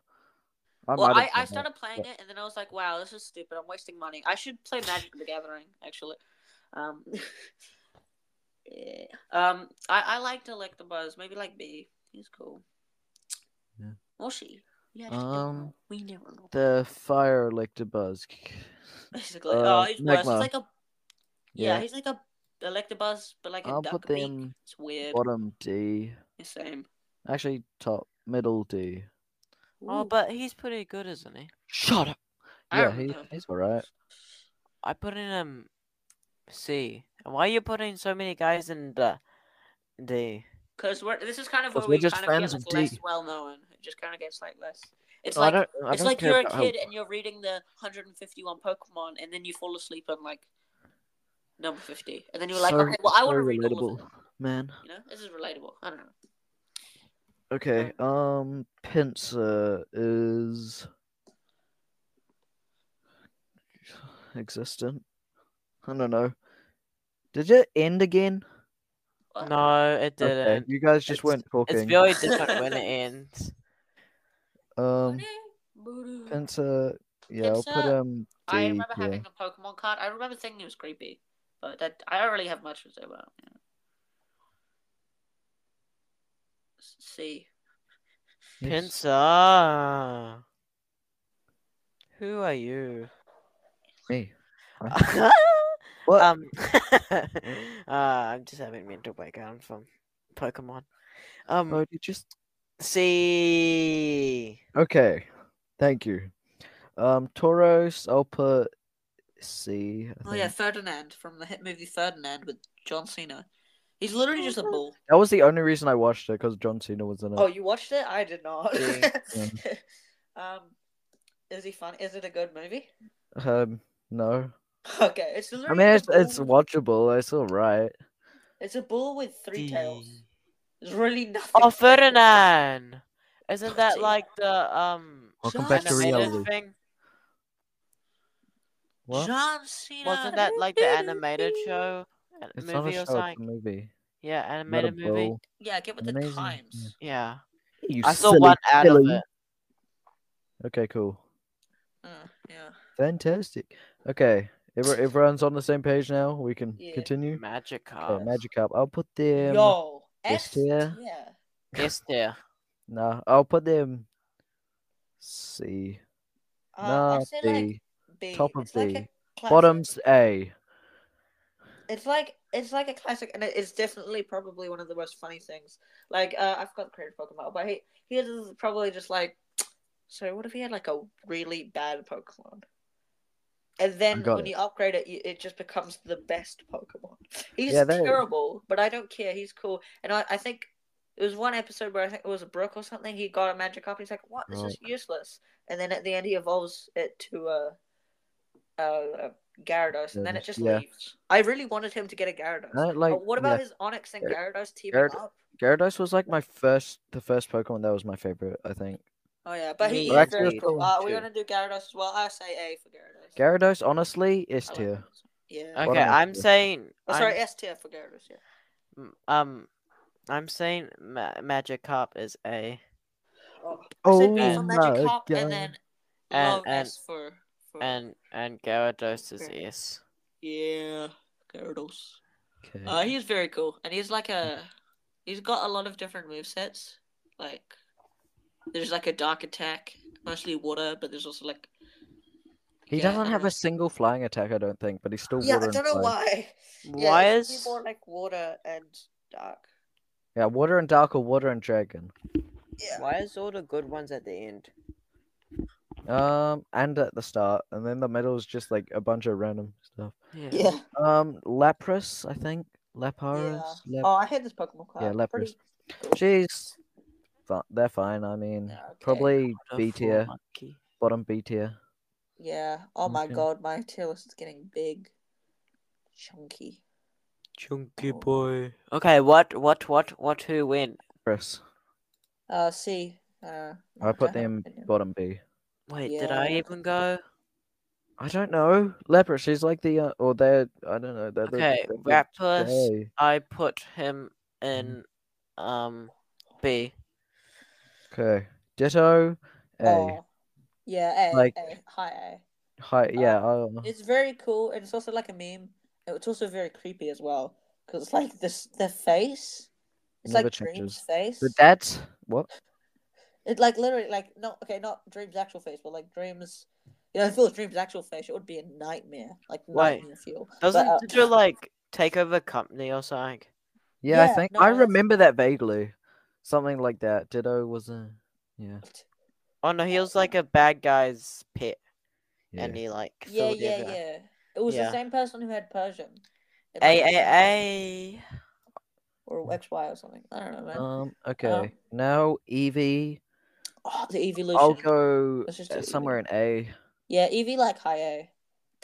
[SPEAKER 2] I
[SPEAKER 3] well,
[SPEAKER 2] might
[SPEAKER 3] I,
[SPEAKER 2] have
[SPEAKER 3] I
[SPEAKER 2] done that.
[SPEAKER 3] started playing it and then I was like, wow, this is stupid. I'm wasting money. I should play Magic the Gathering actually. Um, <laughs> yeah. um, I I liked Electabuzz. Maybe like B. He's cool.
[SPEAKER 2] Yeah.
[SPEAKER 3] Or she. We actually never
[SPEAKER 2] Um,
[SPEAKER 3] know. We never know.
[SPEAKER 2] the fire Electabuzz.
[SPEAKER 3] Basically,
[SPEAKER 2] uh,
[SPEAKER 3] oh, he's worse. He's
[SPEAKER 2] Magma.
[SPEAKER 3] like a yeah.
[SPEAKER 2] Yeah.
[SPEAKER 3] He's like a Electabuzz, but like a
[SPEAKER 2] I'll
[SPEAKER 3] duck
[SPEAKER 2] put
[SPEAKER 3] beak.
[SPEAKER 2] them
[SPEAKER 3] It's weird.
[SPEAKER 2] bottom D.
[SPEAKER 3] Same.
[SPEAKER 2] Actually, top middle D.
[SPEAKER 4] Oh,
[SPEAKER 3] Ooh.
[SPEAKER 4] but he's pretty good, isn't he?
[SPEAKER 2] Shut up.
[SPEAKER 3] I
[SPEAKER 2] Yeah,
[SPEAKER 3] don't
[SPEAKER 2] he,
[SPEAKER 3] know.
[SPEAKER 2] he's alright.
[SPEAKER 4] I put in um C. And Why are you putting so many guys in the D?
[SPEAKER 3] Because we're this is kind of where
[SPEAKER 2] 'Cause
[SPEAKER 3] we
[SPEAKER 2] we're just
[SPEAKER 3] kind of
[SPEAKER 2] fans
[SPEAKER 3] get
[SPEAKER 2] of
[SPEAKER 3] like, less
[SPEAKER 2] D.
[SPEAKER 3] well known. It just kind of gets like less. It's
[SPEAKER 2] No, Oh, I
[SPEAKER 3] like
[SPEAKER 2] don't. I
[SPEAKER 3] it's
[SPEAKER 2] don't
[SPEAKER 3] like
[SPEAKER 2] care
[SPEAKER 3] you're a
[SPEAKER 2] about how-
[SPEAKER 3] kid and you're reading the 151 Pokemon and then you fall asleep on like number fifty, and then you were like,
[SPEAKER 2] So-
[SPEAKER 3] okay, well, I
[SPEAKER 2] so
[SPEAKER 3] want to read all of
[SPEAKER 2] relatable,
[SPEAKER 3] it.
[SPEAKER 2] man.
[SPEAKER 3] You know, this is relatable. I don't know.
[SPEAKER 2] Okay, um, pincer is existent. I don't know. Did it end again?
[SPEAKER 3] What?
[SPEAKER 4] No, it
[SPEAKER 2] Okay,
[SPEAKER 4] didn't.
[SPEAKER 2] you guys just
[SPEAKER 4] It's-
[SPEAKER 2] weren't talking. <laughs>
[SPEAKER 4] It's very different when it ends.
[SPEAKER 2] Um,
[SPEAKER 3] Boo-doo.
[SPEAKER 2] pincer. Yeah, I'll put
[SPEAKER 3] Pincer,
[SPEAKER 2] um.
[SPEAKER 3] I
[SPEAKER 2] D
[SPEAKER 3] remember
[SPEAKER 2] here.
[SPEAKER 3] having a Pokemon card. I remember thinking it was creepy, but that I don't really have much to say about. it, You know. S- C.
[SPEAKER 2] Yes.
[SPEAKER 4] Pincer. Who
[SPEAKER 2] <laughs>
[SPEAKER 4] are you?
[SPEAKER 2] Me. What? <laughs>
[SPEAKER 4] um, <laughs> uh, I'm just having a mental breakdown from Pokemon. Um,
[SPEAKER 2] oh, you just
[SPEAKER 4] see.
[SPEAKER 2] Okay, thank you. Um, Tauros, I'll put C. I
[SPEAKER 3] Oh yeah,
[SPEAKER 2] think.
[SPEAKER 3] Ferdinand from the hit movie Ferdinand with John Cena. He's literally just a bull.
[SPEAKER 2] That was the only reason I watched it because John Cena was in it.
[SPEAKER 3] Oh, you watched it? I did not.
[SPEAKER 2] Yeah.
[SPEAKER 3] <laughs> um, is he fun? Is it a good movie? <laughs>
[SPEAKER 2] Um, no.
[SPEAKER 3] Okay, it's literally.
[SPEAKER 2] I mean, it's,
[SPEAKER 3] just a
[SPEAKER 2] it's
[SPEAKER 3] bull-
[SPEAKER 2] watchable. It's all right.
[SPEAKER 3] It's a bull with three
[SPEAKER 4] D.
[SPEAKER 3] tails. There's really nothing.
[SPEAKER 4] Oh, Ferdinand! Isn't that
[SPEAKER 3] Bloody
[SPEAKER 4] like the um
[SPEAKER 2] Welcome
[SPEAKER 3] John
[SPEAKER 2] back to
[SPEAKER 4] animated
[SPEAKER 2] reality.
[SPEAKER 4] thing?
[SPEAKER 2] What?
[SPEAKER 3] John Cena.
[SPEAKER 4] Wasn't that like the animated show, An-
[SPEAKER 2] It's not a
[SPEAKER 4] movie
[SPEAKER 2] show.
[SPEAKER 4] or
[SPEAKER 2] It's a
[SPEAKER 4] something?
[SPEAKER 2] movie.
[SPEAKER 4] Yeah,
[SPEAKER 2] Not a
[SPEAKER 4] animated movie.
[SPEAKER 2] bill.
[SPEAKER 3] Yeah, get with
[SPEAKER 2] Amazing,
[SPEAKER 3] the times.
[SPEAKER 4] Yeah,
[SPEAKER 2] You
[SPEAKER 4] I saw
[SPEAKER 2] silly
[SPEAKER 4] one out of
[SPEAKER 2] silly.
[SPEAKER 4] it.
[SPEAKER 2] Okay, cool.
[SPEAKER 3] Uh, yeah.
[SPEAKER 2] Fantastic. Okay, ever
[SPEAKER 3] <laughs>
[SPEAKER 2] everyone's on the same page now. We can
[SPEAKER 3] Yeah. uh,
[SPEAKER 2] continue.
[SPEAKER 4] Magic
[SPEAKER 2] Okay,
[SPEAKER 4] card.
[SPEAKER 2] Oh, Magic Cup. I'll put them.
[SPEAKER 3] Yo,
[SPEAKER 2] yes,
[SPEAKER 3] S
[SPEAKER 2] dear.
[SPEAKER 3] tier.
[SPEAKER 4] Yes, there.
[SPEAKER 2] Nah, I'll put them. C.
[SPEAKER 3] Uh,
[SPEAKER 2] nah,
[SPEAKER 3] I'd say
[SPEAKER 2] B.
[SPEAKER 3] like B.
[SPEAKER 2] Top of
[SPEAKER 3] it's like
[SPEAKER 2] B.
[SPEAKER 3] a classic.
[SPEAKER 2] Bottoms A.
[SPEAKER 3] It's like it's like a classic, and it is definitely probably one of the most funny things. Like uh, I've got the creator Pokemon, but he he is probably just like. So what if he had like a really bad Pokemon? And then
[SPEAKER 2] got
[SPEAKER 3] when
[SPEAKER 2] it.
[SPEAKER 3] you upgrade it, you, it just becomes the best Pokemon. He's
[SPEAKER 2] Yeah, that-
[SPEAKER 3] terrible, but I don't care. He's cool, and I, I think it was one episode where I think it was a Brook or something. He got a Magic Magikarp. He's like, "What? This is useless." And then at the end, he evolves it to a uh, uh, Gyarados, and then it
[SPEAKER 2] Gyarados,
[SPEAKER 3] just
[SPEAKER 2] yeah.
[SPEAKER 3] leaves. I really wanted him to get a Gyarados.
[SPEAKER 2] I don't like.
[SPEAKER 3] but what
[SPEAKER 2] yeah.
[SPEAKER 3] about his Onyx and Gyarados teaming
[SPEAKER 2] Gyarad-
[SPEAKER 3] up?
[SPEAKER 2] Gyarados was like my first, the first Pokemon that was my favorite, I think.
[SPEAKER 3] Oh yeah, but
[SPEAKER 4] Me
[SPEAKER 3] he
[SPEAKER 4] Well,
[SPEAKER 3] is
[SPEAKER 4] actually,
[SPEAKER 3] very
[SPEAKER 4] it's
[SPEAKER 3] cool.
[SPEAKER 2] probably
[SPEAKER 3] Uh, we're
[SPEAKER 2] two.
[SPEAKER 3] gonna do Gyarados as well. I say A for Gyarados.
[SPEAKER 2] Gyarados, honestly, S
[SPEAKER 3] I like
[SPEAKER 2] tier.
[SPEAKER 3] Gyarados. Yeah.
[SPEAKER 2] What
[SPEAKER 4] Okay,
[SPEAKER 2] am I
[SPEAKER 4] I'm
[SPEAKER 2] doing?
[SPEAKER 4] saying.
[SPEAKER 3] Oh, sorry,
[SPEAKER 4] I'm-
[SPEAKER 3] S tier for Gyarados. Yeah.
[SPEAKER 4] m- um, I'm saying Ma- Magic Carp is A.
[SPEAKER 3] Oh,
[SPEAKER 2] Oh
[SPEAKER 3] I said B for
[SPEAKER 2] my
[SPEAKER 3] Magikarp,
[SPEAKER 2] God.
[SPEAKER 3] and then
[SPEAKER 4] And-
[SPEAKER 3] low
[SPEAKER 4] and-
[SPEAKER 3] S for, for
[SPEAKER 4] and and Gyarados is
[SPEAKER 3] Okay.
[SPEAKER 4] S.
[SPEAKER 3] yeah Gyarados.
[SPEAKER 2] Okay.
[SPEAKER 3] Uh, he's very cool, and he's like a, he's got a lot of different move sets. Like, there's like a dark attack, mostly water, but there's also like.
[SPEAKER 2] he
[SPEAKER 3] yeah,
[SPEAKER 2] doesn't
[SPEAKER 3] I
[SPEAKER 2] have
[SPEAKER 3] dunno.
[SPEAKER 2] a single flying attack, I don't think, but he's still
[SPEAKER 3] Yeah, I
[SPEAKER 2] water and
[SPEAKER 3] don't know
[SPEAKER 2] fire.
[SPEAKER 3] why.
[SPEAKER 4] Why
[SPEAKER 3] yeah, it should be
[SPEAKER 4] is
[SPEAKER 3] more like water and dark?
[SPEAKER 2] Yeah, water and dark or water and dragon.
[SPEAKER 3] Yeah.
[SPEAKER 4] why is all the good ones at the end?
[SPEAKER 2] Um, and at the start, and then the middle is just like a bunch of random stuff.
[SPEAKER 3] Yeah.
[SPEAKER 2] Um, Lapras, I think. Laparis. Lap-
[SPEAKER 3] Oh, I hate this Pokemon card.
[SPEAKER 2] Yeah, Lapras.
[SPEAKER 3] Pretty cool.
[SPEAKER 2] Jeez. Fi- They're fine. I mean,
[SPEAKER 3] Yeah, okay.
[SPEAKER 2] probably B
[SPEAKER 4] Wonderful
[SPEAKER 2] tier,
[SPEAKER 4] monkey.
[SPEAKER 2] bottom B tier.
[SPEAKER 3] Yeah. Oh my
[SPEAKER 2] Okay.
[SPEAKER 3] god, my tier list is getting big, chunky.
[SPEAKER 4] Chunky
[SPEAKER 3] Oh.
[SPEAKER 4] boy. Okay, what, what, what, what? Who went?
[SPEAKER 2] Chris,
[SPEAKER 3] Uh, C. Uh,
[SPEAKER 2] I put
[SPEAKER 3] don't have
[SPEAKER 2] them
[SPEAKER 3] an opinion.
[SPEAKER 2] bottom B.
[SPEAKER 4] Wait, did I
[SPEAKER 3] Yeah.
[SPEAKER 4] even go?
[SPEAKER 2] I don't know. Leopard, she's like the uh, or they're I don't know. They're
[SPEAKER 4] Okay,
[SPEAKER 2] the, they're the
[SPEAKER 4] Raptors.
[SPEAKER 2] gray.
[SPEAKER 4] I put him in,
[SPEAKER 3] Mm-hmm.
[SPEAKER 4] um, B.
[SPEAKER 2] Okay, Ditto. A
[SPEAKER 3] Oh. Yeah, A.
[SPEAKER 2] Like-
[SPEAKER 3] A. High A.
[SPEAKER 2] hi, yeah. oh, I-
[SPEAKER 3] It's very cool, and it's also like a meme. and It's also very creepy as well, because it's like this the face. It's
[SPEAKER 2] Never
[SPEAKER 3] like
[SPEAKER 2] changes.
[SPEAKER 3] Dream's face.
[SPEAKER 2] but that's what
[SPEAKER 3] It like literally like not okay, not Dream's actual face, but like Dream's. You know, if it was Dream's actual face, it would be a nightmare, like
[SPEAKER 4] Wait.
[SPEAKER 3] nightmare fuel. But,
[SPEAKER 4] Doesn't
[SPEAKER 3] uh,
[SPEAKER 4] did you like take over company or something?
[SPEAKER 2] Yeah, I
[SPEAKER 3] Yeah,
[SPEAKER 2] think
[SPEAKER 3] no,
[SPEAKER 2] I
[SPEAKER 3] that's-
[SPEAKER 2] remember that vaguely. Something like that. Ditto was a yeah.
[SPEAKER 4] Oh no, he was like a bad guy's pet,
[SPEAKER 2] yeah.
[SPEAKER 4] and he like
[SPEAKER 3] yeah,
[SPEAKER 4] filled
[SPEAKER 3] yeah,
[SPEAKER 4] everyone.
[SPEAKER 3] yeah. It was
[SPEAKER 4] Yeah.
[SPEAKER 3] the same person who had Persian. It
[SPEAKER 4] Ay,
[SPEAKER 3] might be
[SPEAKER 4] ay,
[SPEAKER 3] something,
[SPEAKER 4] ay.
[SPEAKER 3] or X Y or something. I don't know, man.
[SPEAKER 2] Um. Okay. now Evie.
[SPEAKER 3] oh, the evolution.
[SPEAKER 2] I'll go
[SPEAKER 3] Let's just
[SPEAKER 2] uh,
[SPEAKER 3] do Eevee.
[SPEAKER 2] somewhere in A.
[SPEAKER 3] Yeah, Eevee like high A,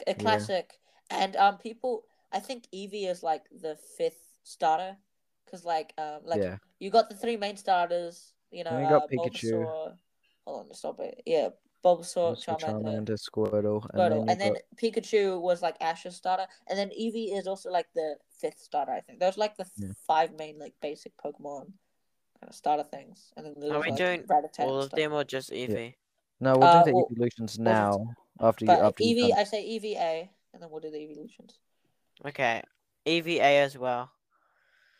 [SPEAKER 3] a classic, and um people. I think Eevee is like the fifth starter because like um like
[SPEAKER 2] yeah.
[SPEAKER 3] you got the three main starters. You know,
[SPEAKER 2] And you
[SPEAKER 3] uh,
[SPEAKER 2] got Pikachu.
[SPEAKER 3] Bulbasaur. Hold on, stop it. Yeah, Bulbasaur,
[SPEAKER 2] Mr.
[SPEAKER 3] Charmander,
[SPEAKER 2] Charmander, Squirtle, and
[SPEAKER 3] Squirtle,
[SPEAKER 2] then,
[SPEAKER 3] and then Pikachu was like Ash's starter, and then Eevee is also like the fifth starter. I think those are, like the
[SPEAKER 2] Yeah.
[SPEAKER 3] five main like basic Pokemon kind of starter things, and then there's
[SPEAKER 4] Are we
[SPEAKER 3] like,
[SPEAKER 4] doing
[SPEAKER 3] Rattata and
[SPEAKER 4] All of
[SPEAKER 3] stuff.
[SPEAKER 4] them or just E Eevee?
[SPEAKER 2] no, we'll
[SPEAKER 3] uh,
[SPEAKER 2] do the
[SPEAKER 3] well,
[SPEAKER 2] evolutions
[SPEAKER 3] we'll just-
[SPEAKER 2] now after you
[SPEAKER 3] But
[SPEAKER 2] after you've
[SPEAKER 3] Eevee,
[SPEAKER 2] done-
[SPEAKER 3] I say EVA, and then we'll do the evolutions.
[SPEAKER 4] Okay. EVA as well.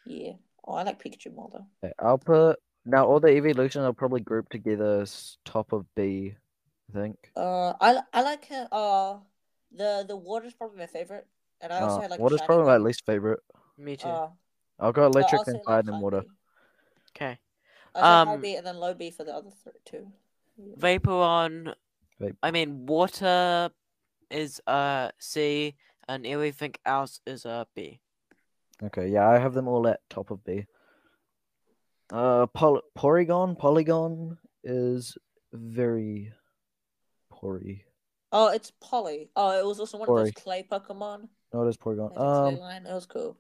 [SPEAKER 3] Yeah. Oh, I like Pikachu more though.
[SPEAKER 2] Okay, I'll put now all the evolutions are probably grouped together s- top of B, I think.
[SPEAKER 3] Uh, I I like uh, uh the the water's probably my favorite, and I also
[SPEAKER 2] Uh,
[SPEAKER 3] had like
[SPEAKER 2] water's
[SPEAKER 3] shiny
[SPEAKER 2] probably my
[SPEAKER 3] one.
[SPEAKER 2] least favorite.
[SPEAKER 4] Me too.
[SPEAKER 3] Uh,
[SPEAKER 2] I'll go
[SPEAKER 3] but I
[SPEAKER 2] electric
[SPEAKER 3] also
[SPEAKER 2] and
[SPEAKER 3] like
[SPEAKER 2] fire and
[SPEAKER 3] high
[SPEAKER 2] water.
[SPEAKER 3] B.
[SPEAKER 4] okay.
[SPEAKER 3] I was like high
[SPEAKER 4] Um,
[SPEAKER 3] B and then low B for the other th- two.
[SPEAKER 4] Vaporeon.
[SPEAKER 2] Vap-
[SPEAKER 4] I mean, water is uh C, and everything else is uh B.
[SPEAKER 2] Okay, yeah, I have them all at top of B. Uh, Poly- Porygon. Polygon is very pory.
[SPEAKER 3] Oh, it's Polly. Oh, it was also one
[SPEAKER 2] Sorry.
[SPEAKER 3] of those clay Pokemon.
[SPEAKER 2] No, it is
[SPEAKER 3] Like
[SPEAKER 2] Porygon.
[SPEAKER 3] the clay
[SPEAKER 2] Um,
[SPEAKER 3] line. It was cool.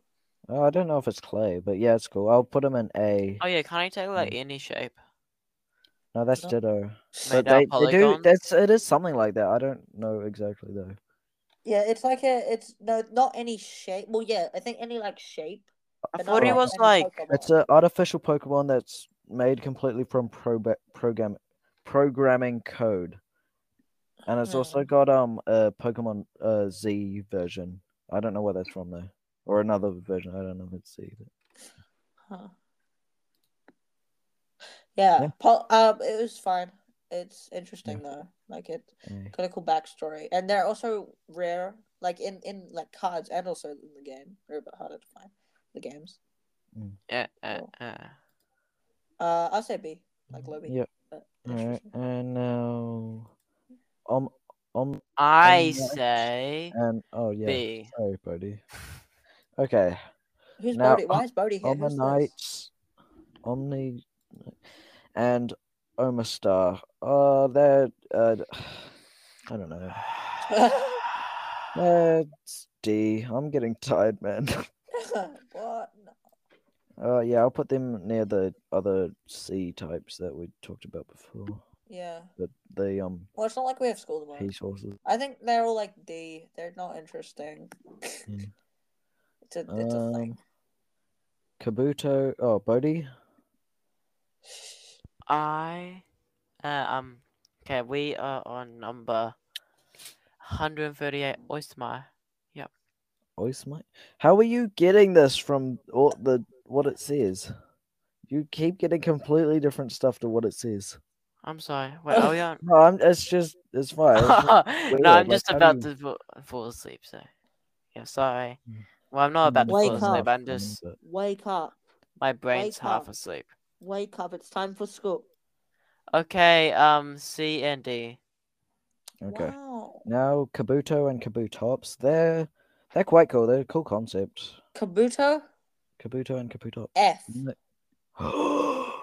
[SPEAKER 2] uh, I don't know if it's clay, but yeah, it's cool. I'll put them in A.
[SPEAKER 4] Oh yeah, can I take like
[SPEAKER 2] Mm.
[SPEAKER 4] any shape?
[SPEAKER 2] No, that's
[SPEAKER 3] No.
[SPEAKER 2] Ditto.
[SPEAKER 4] Made
[SPEAKER 2] But they,
[SPEAKER 4] out
[SPEAKER 2] they do.
[SPEAKER 4] polygons?
[SPEAKER 2] That's it is something like that. I don't know exactly though.
[SPEAKER 3] Yeah, it's like a it's no not any shape. Well, yeah, I think any like shape.
[SPEAKER 2] I
[SPEAKER 3] but
[SPEAKER 4] thought
[SPEAKER 3] not
[SPEAKER 4] he
[SPEAKER 2] like-
[SPEAKER 4] was
[SPEAKER 3] any
[SPEAKER 4] like-
[SPEAKER 3] Pokemon.
[SPEAKER 2] It's an artificial Pokemon that's made completely from pro- program programming code, and it's also
[SPEAKER 3] Hmm.
[SPEAKER 2] got um a Pokemon uh, Z version. I don't know where that's from though, or another version. I don't know if it's Z.
[SPEAKER 3] Huh. Yeah,
[SPEAKER 2] Yeah.
[SPEAKER 3] Paul, um, it was fine. It's interesting though. Like it
[SPEAKER 2] Yeah.
[SPEAKER 3] got a cool backstory, and they're also rare, like in in like cards and also in the game. They're a bit harder to find the games.
[SPEAKER 4] Uh, uh,
[SPEAKER 3] Cool.
[SPEAKER 4] uh.
[SPEAKER 3] Uh, I'll say B, like Lobby.
[SPEAKER 2] um, Yep.
[SPEAKER 3] but
[SPEAKER 2] All right,
[SPEAKER 3] interesting.
[SPEAKER 2] and now um um
[SPEAKER 4] I
[SPEAKER 2] next-
[SPEAKER 4] say
[SPEAKER 2] and oh yeah,
[SPEAKER 4] B.
[SPEAKER 2] sorry, buddy. <laughs> Okay,
[SPEAKER 3] Who's
[SPEAKER 2] Now,
[SPEAKER 3] Bodhi? Why is Bodhi here? Who's this?
[SPEAKER 2] Omanites, Omni, and Omastar. Uh, they're uh, I don't know.
[SPEAKER 3] <laughs>
[SPEAKER 2] That's D. I'm getting tired, man. <laughs>
[SPEAKER 3] what? No.
[SPEAKER 2] Uh, yeah, I'll put them near the other C types that we talked about before.
[SPEAKER 3] Yeah.
[SPEAKER 2] But the um
[SPEAKER 3] Well, it's not like we have school tomorrow.
[SPEAKER 2] peace horses.
[SPEAKER 3] I think they're all like D. They're not interesting.
[SPEAKER 2] Yeah.
[SPEAKER 3] <laughs> It's a it's a
[SPEAKER 2] Mm. Um,
[SPEAKER 3] thing.
[SPEAKER 2] Kabuto. Oh, Bodhi.
[SPEAKER 4] I uh, um. Okay, we are on number 138 Oismai.
[SPEAKER 2] Voice mic. How are you getting this from all the what it says? You keep getting completely different stuff to what it says.
[SPEAKER 4] I'm sorry. Wait, are
[SPEAKER 2] <laughs>
[SPEAKER 4] we on?
[SPEAKER 2] No, I'm, it's just it's fine.
[SPEAKER 4] <laughs>
[SPEAKER 2] It's not-
[SPEAKER 4] no,
[SPEAKER 2] weird,
[SPEAKER 4] I'm
[SPEAKER 2] like,
[SPEAKER 4] just
[SPEAKER 2] how do
[SPEAKER 4] about
[SPEAKER 2] you-
[SPEAKER 4] to fall, fall asleep, so. Yeah, sorry.
[SPEAKER 2] Mm.
[SPEAKER 4] Well, I'm not about to
[SPEAKER 3] Wake
[SPEAKER 4] fall asleep.
[SPEAKER 3] up.
[SPEAKER 4] I'm just.
[SPEAKER 2] But-
[SPEAKER 3] Wake up.
[SPEAKER 4] My brain's half
[SPEAKER 3] up.
[SPEAKER 4] asleep.
[SPEAKER 3] Wake up. It's time for school.
[SPEAKER 4] Okay, um, C and D.
[SPEAKER 2] Okay.
[SPEAKER 3] Wow.
[SPEAKER 2] Now Kabuto and Kabutops. They're they're quite cool. They're a cool concept.
[SPEAKER 3] Kabuto
[SPEAKER 2] Kabuto and Kabutops. <gasps>
[SPEAKER 3] F.
[SPEAKER 2] Isn't it-
[SPEAKER 3] No.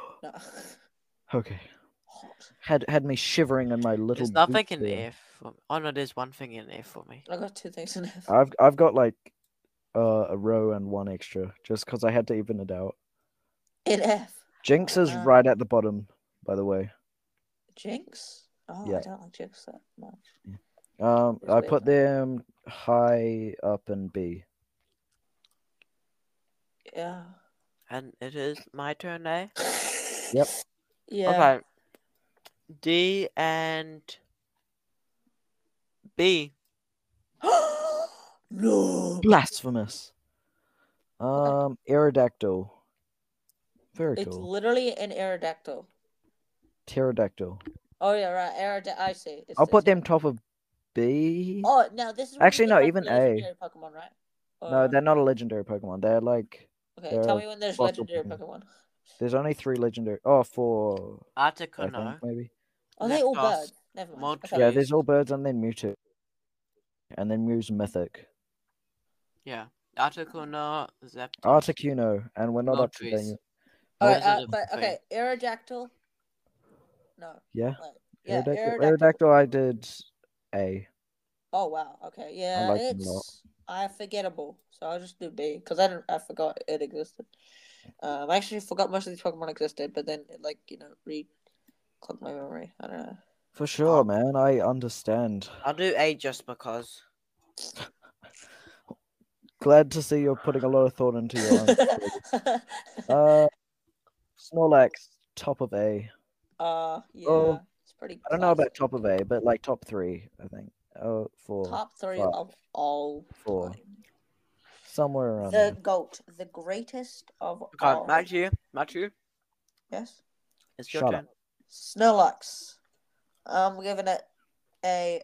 [SPEAKER 3] <laughs>
[SPEAKER 2] okay. Had had me shivering in my little.
[SPEAKER 4] There's nothing
[SPEAKER 2] boot
[SPEAKER 4] in
[SPEAKER 2] there.
[SPEAKER 4] F. For, oh no, there's one thing in F for me.
[SPEAKER 3] I got two things in F.
[SPEAKER 2] I've I've got like uh, a row and one extra just because I had to even it out.
[SPEAKER 3] In F.
[SPEAKER 2] Jinx is
[SPEAKER 4] Uh-huh.
[SPEAKER 3] Uh,
[SPEAKER 2] right at the bottom, by the way.
[SPEAKER 3] Jinx. Oh,
[SPEAKER 2] Yeah.
[SPEAKER 3] I don't like Jinx that much.
[SPEAKER 2] Um,
[SPEAKER 3] It's
[SPEAKER 2] I
[SPEAKER 3] weird.
[SPEAKER 2] put them high up in B.
[SPEAKER 3] Yeah.
[SPEAKER 4] And it is my turn, eh?
[SPEAKER 2] Yep.
[SPEAKER 3] <laughs> Yeah.
[SPEAKER 4] Okay. D and B.
[SPEAKER 3] <gasps> no.
[SPEAKER 2] Blasphemous. Um, Aerodactyl. Very
[SPEAKER 3] It's
[SPEAKER 2] cool.
[SPEAKER 3] literally an Aerodactyl.
[SPEAKER 2] Pterodactyl.
[SPEAKER 3] Oh yeah, right. Aerodactyl. I see. It's
[SPEAKER 2] I'll put
[SPEAKER 3] it's-
[SPEAKER 2] them top of B.
[SPEAKER 3] Oh, now this is when you
[SPEAKER 2] Actually,
[SPEAKER 3] get,
[SPEAKER 2] no,
[SPEAKER 3] like,
[SPEAKER 2] even A.
[SPEAKER 3] legendary Pokemon, right?
[SPEAKER 2] No,
[SPEAKER 3] Or-
[SPEAKER 2] they're not a legendary Pokemon. They're like
[SPEAKER 3] Okay,
[SPEAKER 2] they're
[SPEAKER 3] tell me when there's
[SPEAKER 2] fossil
[SPEAKER 3] legendary
[SPEAKER 2] Pokemon.
[SPEAKER 3] Pokemon.
[SPEAKER 2] there's only three legendary. Oh, four. I
[SPEAKER 4] Articuno.
[SPEAKER 2] think maybe.
[SPEAKER 3] Are they all
[SPEAKER 4] Lapras,
[SPEAKER 3] birds? Never mind. Okay.
[SPEAKER 2] Yeah,
[SPEAKER 4] Trees.
[SPEAKER 2] there's all birds and then Mewtwo, and then Mew's mythic.
[SPEAKER 4] Yeah. Articuno. Zapdos.
[SPEAKER 2] Articuno, and we're not up to
[SPEAKER 4] Moltres.
[SPEAKER 2] Daniel.
[SPEAKER 3] All right,
[SPEAKER 4] Those are
[SPEAKER 3] uh,
[SPEAKER 4] the
[SPEAKER 3] but
[SPEAKER 4] thing.
[SPEAKER 3] okay, Aerodactyl. No,
[SPEAKER 2] Yeah.
[SPEAKER 3] yeah,
[SPEAKER 2] Aerodactyl.
[SPEAKER 3] Aerodactyl.
[SPEAKER 2] Aerodactyl, I did A.
[SPEAKER 3] Oh wow, okay, yeah,
[SPEAKER 2] like them a lot.
[SPEAKER 3] it's I forgettable, so I'll just do B because I didn't, I forgot it existed. Um, I actually forgot most of these Pokemon existed, but then it like you know re clogged my memory. I don't know.
[SPEAKER 2] For sure, man. I understand.
[SPEAKER 5] I'll do A just because.
[SPEAKER 2] Glad to see you're putting a lot of thought into <laughs> your answer.
[SPEAKER 3] <laughs>
[SPEAKER 2] uh, Snorlax, top of A.
[SPEAKER 3] uh, yeah,
[SPEAKER 2] oh,
[SPEAKER 3] it's pretty.
[SPEAKER 2] I don't know
[SPEAKER 3] classic.
[SPEAKER 2] about top of A, but like top three, I think. Oh, four,
[SPEAKER 3] top three
[SPEAKER 2] five,
[SPEAKER 3] of all.
[SPEAKER 2] four.
[SPEAKER 3] time.
[SPEAKER 2] somewhere around
[SPEAKER 3] The goat, the greatest of all.
[SPEAKER 5] God, Machu, Machu,
[SPEAKER 3] Yes.
[SPEAKER 5] it's your
[SPEAKER 2] Shut
[SPEAKER 5] turn.
[SPEAKER 3] Snorlax. I'm giving it a.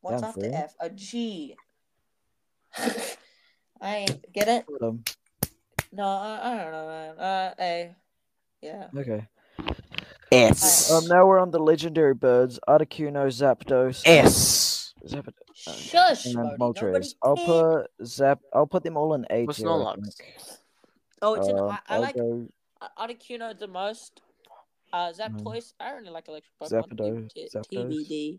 [SPEAKER 3] What's
[SPEAKER 2] Damn,
[SPEAKER 3] after
[SPEAKER 2] Freya.
[SPEAKER 3] F? A G. <laughs> I get it.
[SPEAKER 2] there. Um,
[SPEAKER 3] No, I, I don't know, man. Uh, a. Yeah.
[SPEAKER 2] okay.
[SPEAKER 4] S.
[SPEAKER 2] Um, now we're on the legendary birds: Articuno, Zapdos,
[SPEAKER 4] S.
[SPEAKER 2] Zapdos,
[SPEAKER 3] Shush,
[SPEAKER 2] Uh, and
[SPEAKER 3] Modi.
[SPEAKER 2] then
[SPEAKER 3] Nobody
[SPEAKER 2] Moltres. I'll
[SPEAKER 3] cares.
[SPEAKER 2] put Zap. I'll put them all in A
[SPEAKER 4] For
[SPEAKER 2] tier. I
[SPEAKER 4] Snorlax.
[SPEAKER 2] think.
[SPEAKER 3] Oh, it's an.
[SPEAKER 2] Um,
[SPEAKER 3] I, I
[SPEAKER 2] I'll
[SPEAKER 3] like
[SPEAKER 2] go
[SPEAKER 3] Ar- Articuno the most. Uh, Zapdos. I really like electric Pokemon.
[SPEAKER 2] Mm. Zapdos-
[SPEAKER 3] T-
[SPEAKER 2] Zapdos.
[SPEAKER 3] TBD.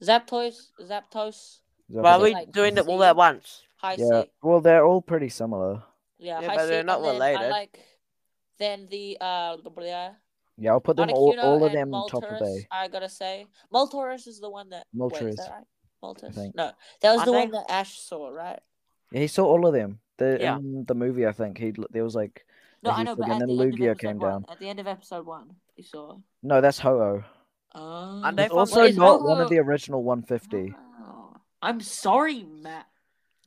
[SPEAKER 3] Zapdos. Zapdos.
[SPEAKER 4] Why are
[SPEAKER 2] Zapdos.
[SPEAKER 4] we
[SPEAKER 3] Like
[SPEAKER 4] doing it all
[SPEAKER 3] C.
[SPEAKER 4] at once?
[SPEAKER 3] High
[SPEAKER 2] Yeah.
[SPEAKER 3] C.
[SPEAKER 2] Well, they're all pretty similar.
[SPEAKER 3] Yeah,
[SPEAKER 4] Yeah,
[SPEAKER 3] high
[SPEAKER 4] but
[SPEAKER 3] C.
[SPEAKER 4] they're not
[SPEAKER 3] and then I
[SPEAKER 4] related.
[SPEAKER 3] like then the uh the blah,
[SPEAKER 2] Yeah, I'll put them all.
[SPEAKER 3] Articuno
[SPEAKER 2] All of
[SPEAKER 3] and
[SPEAKER 2] them top of
[SPEAKER 3] Moltres,
[SPEAKER 2] A.
[SPEAKER 3] I gotta say, Moltres is the one that Wait,
[SPEAKER 2] Moltres.
[SPEAKER 3] is that right? Moltres.
[SPEAKER 2] think.
[SPEAKER 3] No, that was
[SPEAKER 4] Aren't
[SPEAKER 3] the
[SPEAKER 4] they?
[SPEAKER 3] one that Ash saw, right?
[SPEAKER 2] Yeah, he saw all of them. The,
[SPEAKER 4] Yeah.
[SPEAKER 2] In the movie, I think he there was like
[SPEAKER 3] No,
[SPEAKER 2] Yeah,
[SPEAKER 3] I
[SPEAKER 2] he
[SPEAKER 3] know,
[SPEAKER 2] took
[SPEAKER 3] but
[SPEAKER 2] it
[SPEAKER 3] at
[SPEAKER 2] and
[SPEAKER 3] the
[SPEAKER 2] then
[SPEAKER 3] end of
[SPEAKER 2] Lugia
[SPEAKER 3] episode
[SPEAKER 2] came
[SPEAKER 3] one,
[SPEAKER 2] down.
[SPEAKER 3] at the end of episode one, he saw.
[SPEAKER 2] no, that's Ho-Oh.
[SPEAKER 3] Oh,
[SPEAKER 4] Aren't they
[SPEAKER 2] He's
[SPEAKER 4] from-
[SPEAKER 2] also
[SPEAKER 4] What is
[SPEAKER 2] not one
[SPEAKER 3] Ho-Oh?
[SPEAKER 2] of the original 150.
[SPEAKER 3] Wow. Oh. I'm sorry, Matt.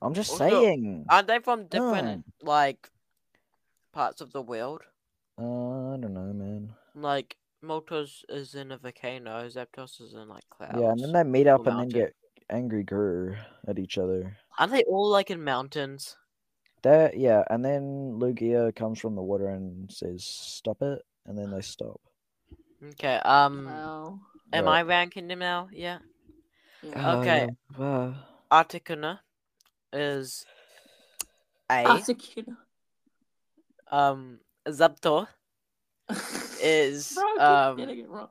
[SPEAKER 2] I'm just
[SPEAKER 4] Also-
[SPEAKER 2] saying.
[SPEAKER 4] Aren't they from different like parts of the world?
[SPEAKER 2] Uh, I don't know, man.
[SPEAKER 4] Like Maltos is in a volcano, Zapdos is in like clouds.
[SPEAKER 2] Yeah, and then they meet up
[SPEAKER 4] or
[SPEAKER 2] and then
[SPEAKER 4] mountain.
[SPEAKER 2] get angry grr at each other.
[SPEAKER 4] Aren't they all like in mountains?
[SPEAKER 2] That yeah, and then Lugia comes from the water and says, "Stop it," and then they stop.
[SPEAKER 4] Okay. Um.
[SPEAKER 3] Wow.
[SPEAKER 4] Am
[SPEAKER 2] Right.
[SPEAKER 4] I ranking them now? Yeah.
[SPEAKER 3] Yeah.
[SPEAKER 2] Uh,
[SPEAKER 4] Okay.
[SPEAKER 2] uh,
[SPEAKER 4] Articuno is A.
[SPEAKER 3] Ah, Articuno.
[SPEAKER 4] um. Zapdos is
[SPEAKER 3] <laughs> Bro, I keep getting
[SPEAKER 4] um.
[SPEAKER 3] it wrong.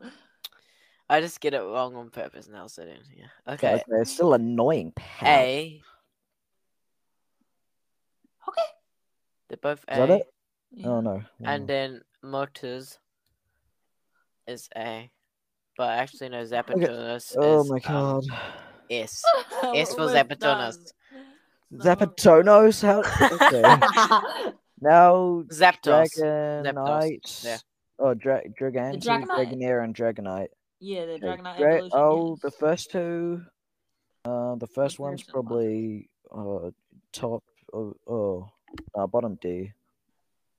[SPEAKER 4] I just get it wrong on purpose now. So then, yeah.
[SPEAKER 2] okay.
[SPEAKER 4] Okay.
[SPEAKER 2] It's still annoying. pal.
[SPEAKER 4] A.
[SPEAKER 3] Okay.
[SPEAKER 4] They're both A.
[SPEAKER 2] Is that it?
[SPEAKER 3] Yeah.
[SPEAKER 2] Oh no.
[SPEAKER 4] And
[SPEAKER 2] wow.
[SPEAKER 4] then Motors is A. But actually, no, Zapdos.
[SPEAKER 2] oh
[SPEAKER 4] is,
[SPEAKER 2] my
[SPEAKER 4] um,
[SPEAKER 2] god.
[SPEAKER 4] S.
[SPEAKER 3] <laughs> It's
[SPEAKER 4] S for Zapdonas.
[SPEAKER 2] Zapatonos. How? Okay.
[SPEAKER 4] <laughs>
[SPEAKER 2] now
[SPEAKER 4] Zapdos.
[SPEAKER 2] Dragonite.
[SPEAKER 4] yeah.
[SPEAKER 2] Oh, dra- Draganti,
[SPEAKER 3] Dragonite.
[SPEAKER 2] Dragonair, and Dragonite.
[SPEAKER 3] <laughs> yeah, the
[SPEAKER 2] Okay,
[SPEAKER 3] Dragonite
[SPEAKER 2] Dra-
[SPEAKER 3] evolution.
[SPEAKER 2] oh,
[SPEAKER 3] yes.
[SPEAKER 2] the first two. Uh, the first one's
[SPEAKER 3] first one.
[SPEAKER 2] probably uh top of oh, uh, bottom D.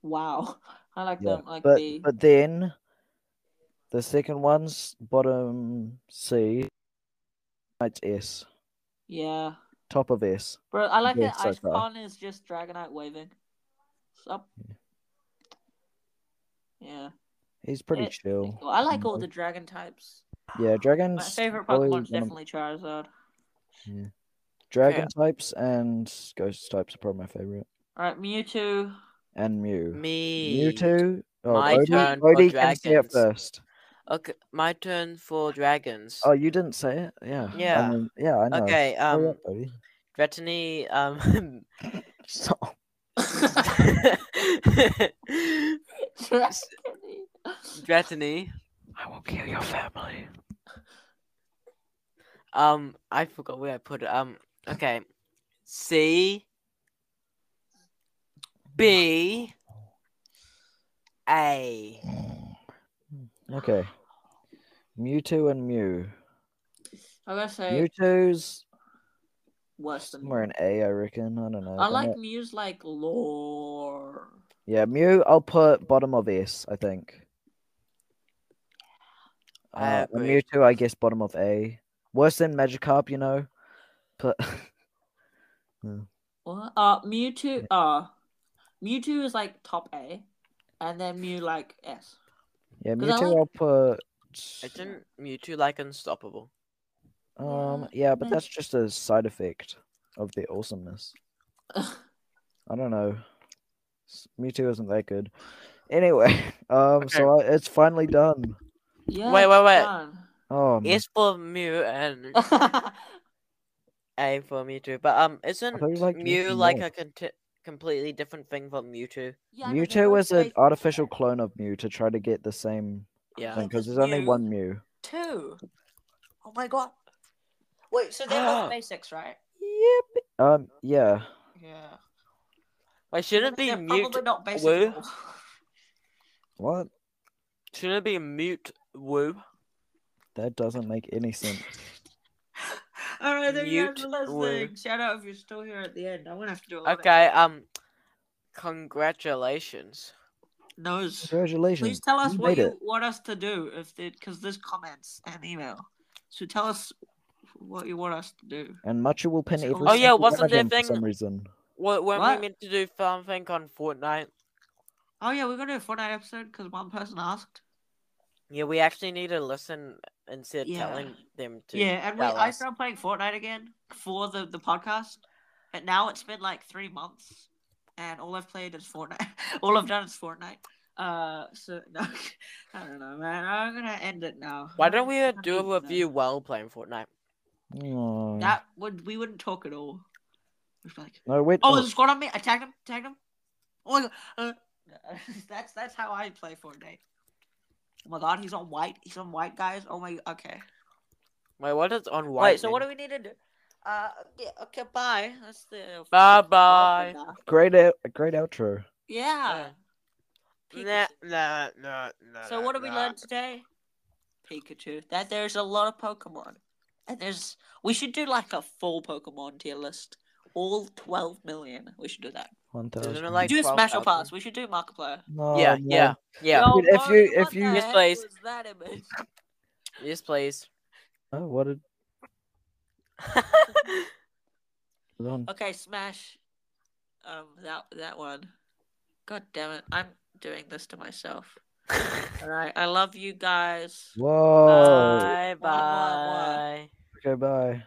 [SPEAKER 3] Wow, I like
[SPEAKER 2] Yeah,
[SPEAKER 3] them. Like
[SPEAKER 2] but
[SPEAKER 3] the
[SPEAKER 2] but then the second one's bottom C. It's S,
[SPEAKER 3] yeah,
[SPEAKER 2] top of S.
[SPEAKER 3] bro. I like
[SPEAKER 2] Yeah,
[SPEAKER 3] that
[SPEAKER 2] so far.
[SPEAKER 3] Icon is just Dragonite waving. Sup? Yeah,
[SPEAKER 2] He's pretty
[SPEAKER 3] Yeah, pretty
[SPEAKER 2] chill.
[SPEAKER 3] cool. I like
[SPEAKER 2] you
[SPEAKER 3] all
[SPEAKER 2] know.
[SPEAKER 3] the dragon types.
[SPEAKER 2] Yeah, dragons.
[SPEAKER 3] My favorite
[SPEAKER 2] Mm-hmm. probably
[SPEAKER 3] Pokemon's
[SPEAKER 2] one of-
[SPEAKER 3] definitely Charizard.
[SPEAKER 2] Dragon types and ghost types are probably my favorite.
[SPEAKER 3] All right,
[SPEAKER 4] <laughs>
[SPEAKER 3] Mewtwo. <laughs>
[SPEAKER 2] And Mew.
[SPEAKER 4] Me.
[SPEAKER 2] Mewtwo. Oh,
[SPEAKER 4] My
[SPEAKER 2] Odie,
[SPEAKER 4] turn for
[SPEAKER 2] Odie can say it
[SPEAKER 4] dragons.
[SPEAKER 2] first.
[SPEAKER 4] Okay, my turn for dragons.
[SPEAKER 2] Oh, you didn't say it? Yeah.
[SPEAKER 4] Yeah.
[SPEAKER 2] I mean, Oh, yeah, I know.
[SPEAKER 4] okay,
[SPEAKER 2] Hurry
[SPEAKER 4] um,
[SPEAKER 2] up, Odie.
[SPEAKER 4] Dratini, um, <laughs>
[SPEAKER 2] Stop.
[SPEAKER 4] Dratini,
[SPEAKER 2] <laughs> I will kill your family.
[SPEAKER 4] um, I forgot where I put it. Um, okay, C, B, A.
[SPEAKER 2] Hmm. Okay. Mewtwo and Mew.
[SPEAKER 3] I'm gonna say
[SPEAKER 2] Mewtwo's
[SPEAKER 3] worse than
[SPEAKER 2] somewhere
[SPEAKER 3] Mew.
[SPEAKER 2] in A, I reckon. I don't know.
[SPEAKER 3] I
[SPEAKER 2] I'm
[SPEAKER 3] like
[SPEAKER 2] not-
[SPEAKER 3] Mew's like lore.
[SPEAKER 2] Yeah, Mew, I'll put bottom of S, I think.
[SPEAKER 4] I
[SPEAKER 2] Uh, and
[SPEAKER 4] agree.
[SPEAKER 2] Mewtwo, I guess bottom of A. Worse than Magikarp, you know. But
[SPEAKER 3] What? Uh, Mewtwo. Uh, Mewtwo is like top A, and then Mew like S.
[SPEAKER 2] <laughs>
[SPEAKER 3] <laughs>
[SPEAKER 2] yeah,
[SPEAKER 3] 'Cause I
[SPEAKER 2] Mewtwo,
[SPEAKER 3] like-
[SPEAKER 2] I'll put.
[SPEAKER 4] Isn't Mewtwo like unstoppable?
[SPEAKER 2] Um, yeah, but
[SPEAKER 3] Meh.
[SPEAKER 2] that's just a side effect of the awesomeness. I don't know. S- Mewtwo isn't that good. Anyway, <laughs> um, so I, it's finally done. Um,
[SPEAKER 3] yeah. <laughs>
[SPEAKER 2] Mm.
[SPEAKER 4] Wait, wait, wait.
[SPEAKER 3] done.
[SPEAKER 2] Oh,
[SPEAKER 4] S for Mew and
[SPEAKER 3] I
[SPEAKER 4] A for Mewtwo, but um,
[SPEAKER 2] I
[SPEAKER 4] isn't
[SPEAKER 2] thought you liked
[SPEAKER 4] Mew
[SPEAKER 2] Mewtwo
[SPEAKER 4] like
[SPEAKER 2] more.
[SPEAKER 4] a conti- completely different thing from Mewtwo?
[SPEAKER 6] Yeah, I know, they're
[SPEAKER 2] Mewtwo
[SPEAKER 6] both
[SPEAKER 2] is an
[SPEAKER 6] based on
[SPEAKER 2] artificial
[SPEAKER 6] that.
[SPEAKER 2] clone of Mew to try to get the same
[SPEAKER 4] Yeah.
[SPEAKER 2] thing
[SPEAKER 6] think
[SPEAKER 2] because
[SPEAKER 6] it's
[SPEAKER 2] there's only
[SPEAKER 6] Mew.
[SPEAKER 2] one Mew.
[SPEAKER 3] Two. Oh my god. Wait, so they're
[SPEAKER 4] <gasps>
[SPEAKER 3] both basics, right?
[SPEAKER 2] Yep. Um. Yeah.
[SPEAKER 3] Yeah.
[SPEAKER 4] Wait, shouldn't it be
[SPEAKER 3] They're
[SPEAKER 4] Mewtwo?
[SPEAKER 3] probably not basic.
[SPEAKER 4] Woo?
[SPEAKER 3] at all. <laughs>
[SPEAKER 2] What?
[SPEAKER 4] Shouldn't it be Mute Woo?
[SPEAKER 2] That doesn't make any sense.
[SPEAKER 3] All right, there you guys
[SPEAKER 4] Mute
[SPEAKER 3] for listening.
[SPEAKER 4] word.
[SPEAKER 3] Shout out if you're still here at the end. I'm gonna have to do a lot of
[SPEAKER 4] Okay. Um, congratulations.
[SPEAKER 3] nose.
[SPEAKER 2] Congratulations.
[SPEAKER 3] Please tell us
[SPEAKER 2] you
[SPEAKER 3] what
[SPEAKER 2] made
[SPEAKER 3] you
[SPEAKER 2] it.
[SPEAKER 3] want us to do if because there's comments and email. So tell us what you want us to do.
[SPEAKER 2] And Machu will pin
[SPEAKER 3] It's
[SPEAKER 2] every.
[SPEAKER 3] cool. Oh,
[SPEAKER 4] yeah,
[SPEAKER 2] single one
[SPEAKER 4] wasn't
[SPEAKER 2] of
[SPEAKER 4] there
[SPEAKER 2] them
[SPEAKER 4] thing-
[SPEAKER 2] for some reason?
[SPEAKER 4] What weren't
[SPEAKER 3] What?
[SPEAKER 4] we meant to do something on Fortnite?
[SPEAKER 3] Oh yeah, we're gonna do a Fortnite episode because one person asked.
[SPEAKER 4] Yeah, we actually need to listen instead of
[SPEAKER 3] Yeah.
[SPEAKER 4] telling them to.
[SPEAKER 3] yeah, and we,
[SPEAKER 4] tell
[SPEAKER 3] I
[SPEAKER 4] us.
[SPEAKER 3] started playing Fortnite again for the the podcast, and now it's been like three months, and all I've played is Fortnite. <laughs> all I've done is Fortnite. Uh, so <laughs> no, I don't know, man. I'm gonna end it now.
[SPEAKER 4] Why don't we uh,
[SPEAKER 3] I don't
[SPEAKER 4] do
[SPEAKER 3] even
[SPEAKER 4] a
[SPEAKER 3] know.
[SPEAKER 4] review while playing Fortnite?
[SPEAKER 2] Oh.
[SPEAKER 3] That would we wouldn't talk at all. We'd be like,
[SPEAKER 2] No, wait.
[SPEAKER 3] Oh,
[SPEAKER 2] oh,
[SPEAKER 3] there's a squad on me. I tagged him. Tagged him. Oh my god. Uh, <laughs> that's that's how I play Fortnite. Oh my god, he's on white. He's on white, guys. Oh my. Okay.
[SPEAKER 4] Wait, what is on white?
[SPEAKER 7] Wait, so what do we need to do? Uh, yeah, okay, bye. That's the
[SPEAKER 4] Bye-bye.
[SPEAKER 2] great, out, great outro.
[SPEAKER 3] Yeah.
[SPEAKER 4] we? Nah, nah, nah, nah.
[SPEAKER 7] So what did we
[SPEAKER 4] nah.
[SPEAKER 7] learn today?
[SPEAKER 3] Pikachu. That there's a lot of Pokemon, and there's we should do like a full Pokemon tier list. All twelve million. We should do that.
[SPEAKER 2] One
[SPEAKER 4] Isn't
[SPEAKER 2] thousand.
[SPEAKER 4] it like
[SPEAKER 3] do a
[SPEAKER 4] 12,000?
[SPEAKER 3] Smash or pass. We should do Markiplier.
[SPEAKER 2] No,
[SPEAKER 4] yeah,
[SPEAKER 2] no.
[SPEAKER 4] yeah, yeah.
[SPEAKER 2] Dude, if
[SPEAKER 3] Marty,
[SPEAKER 2] you-
[SPEAKER 3] what
[SPEAKER 2] if you-
[SPEAKER 3] the
[SPEAKER 4] Yes,
[SPEAKER 3] heck
[SPEAKER 4] please.
[SPEAKER 3] was that image?
[SPEAKER 7] <laughs>
[SPEAKER 4] Yes, please. <laughs>
[SPEAKER 2] Oh, what did? it was on-
[SPEAKER 3] Okay, smash. Um, that that one. God damn it! I'm doing this to myself. All right, I love you guys.
[SPEAKER 2] Whoa.
[SPEAKER 4] Bye,
[SPEAKER 3] Wah, wah, wah.
[SPEAKER 4] bye.
[SPEAKER 2] Okay, bye.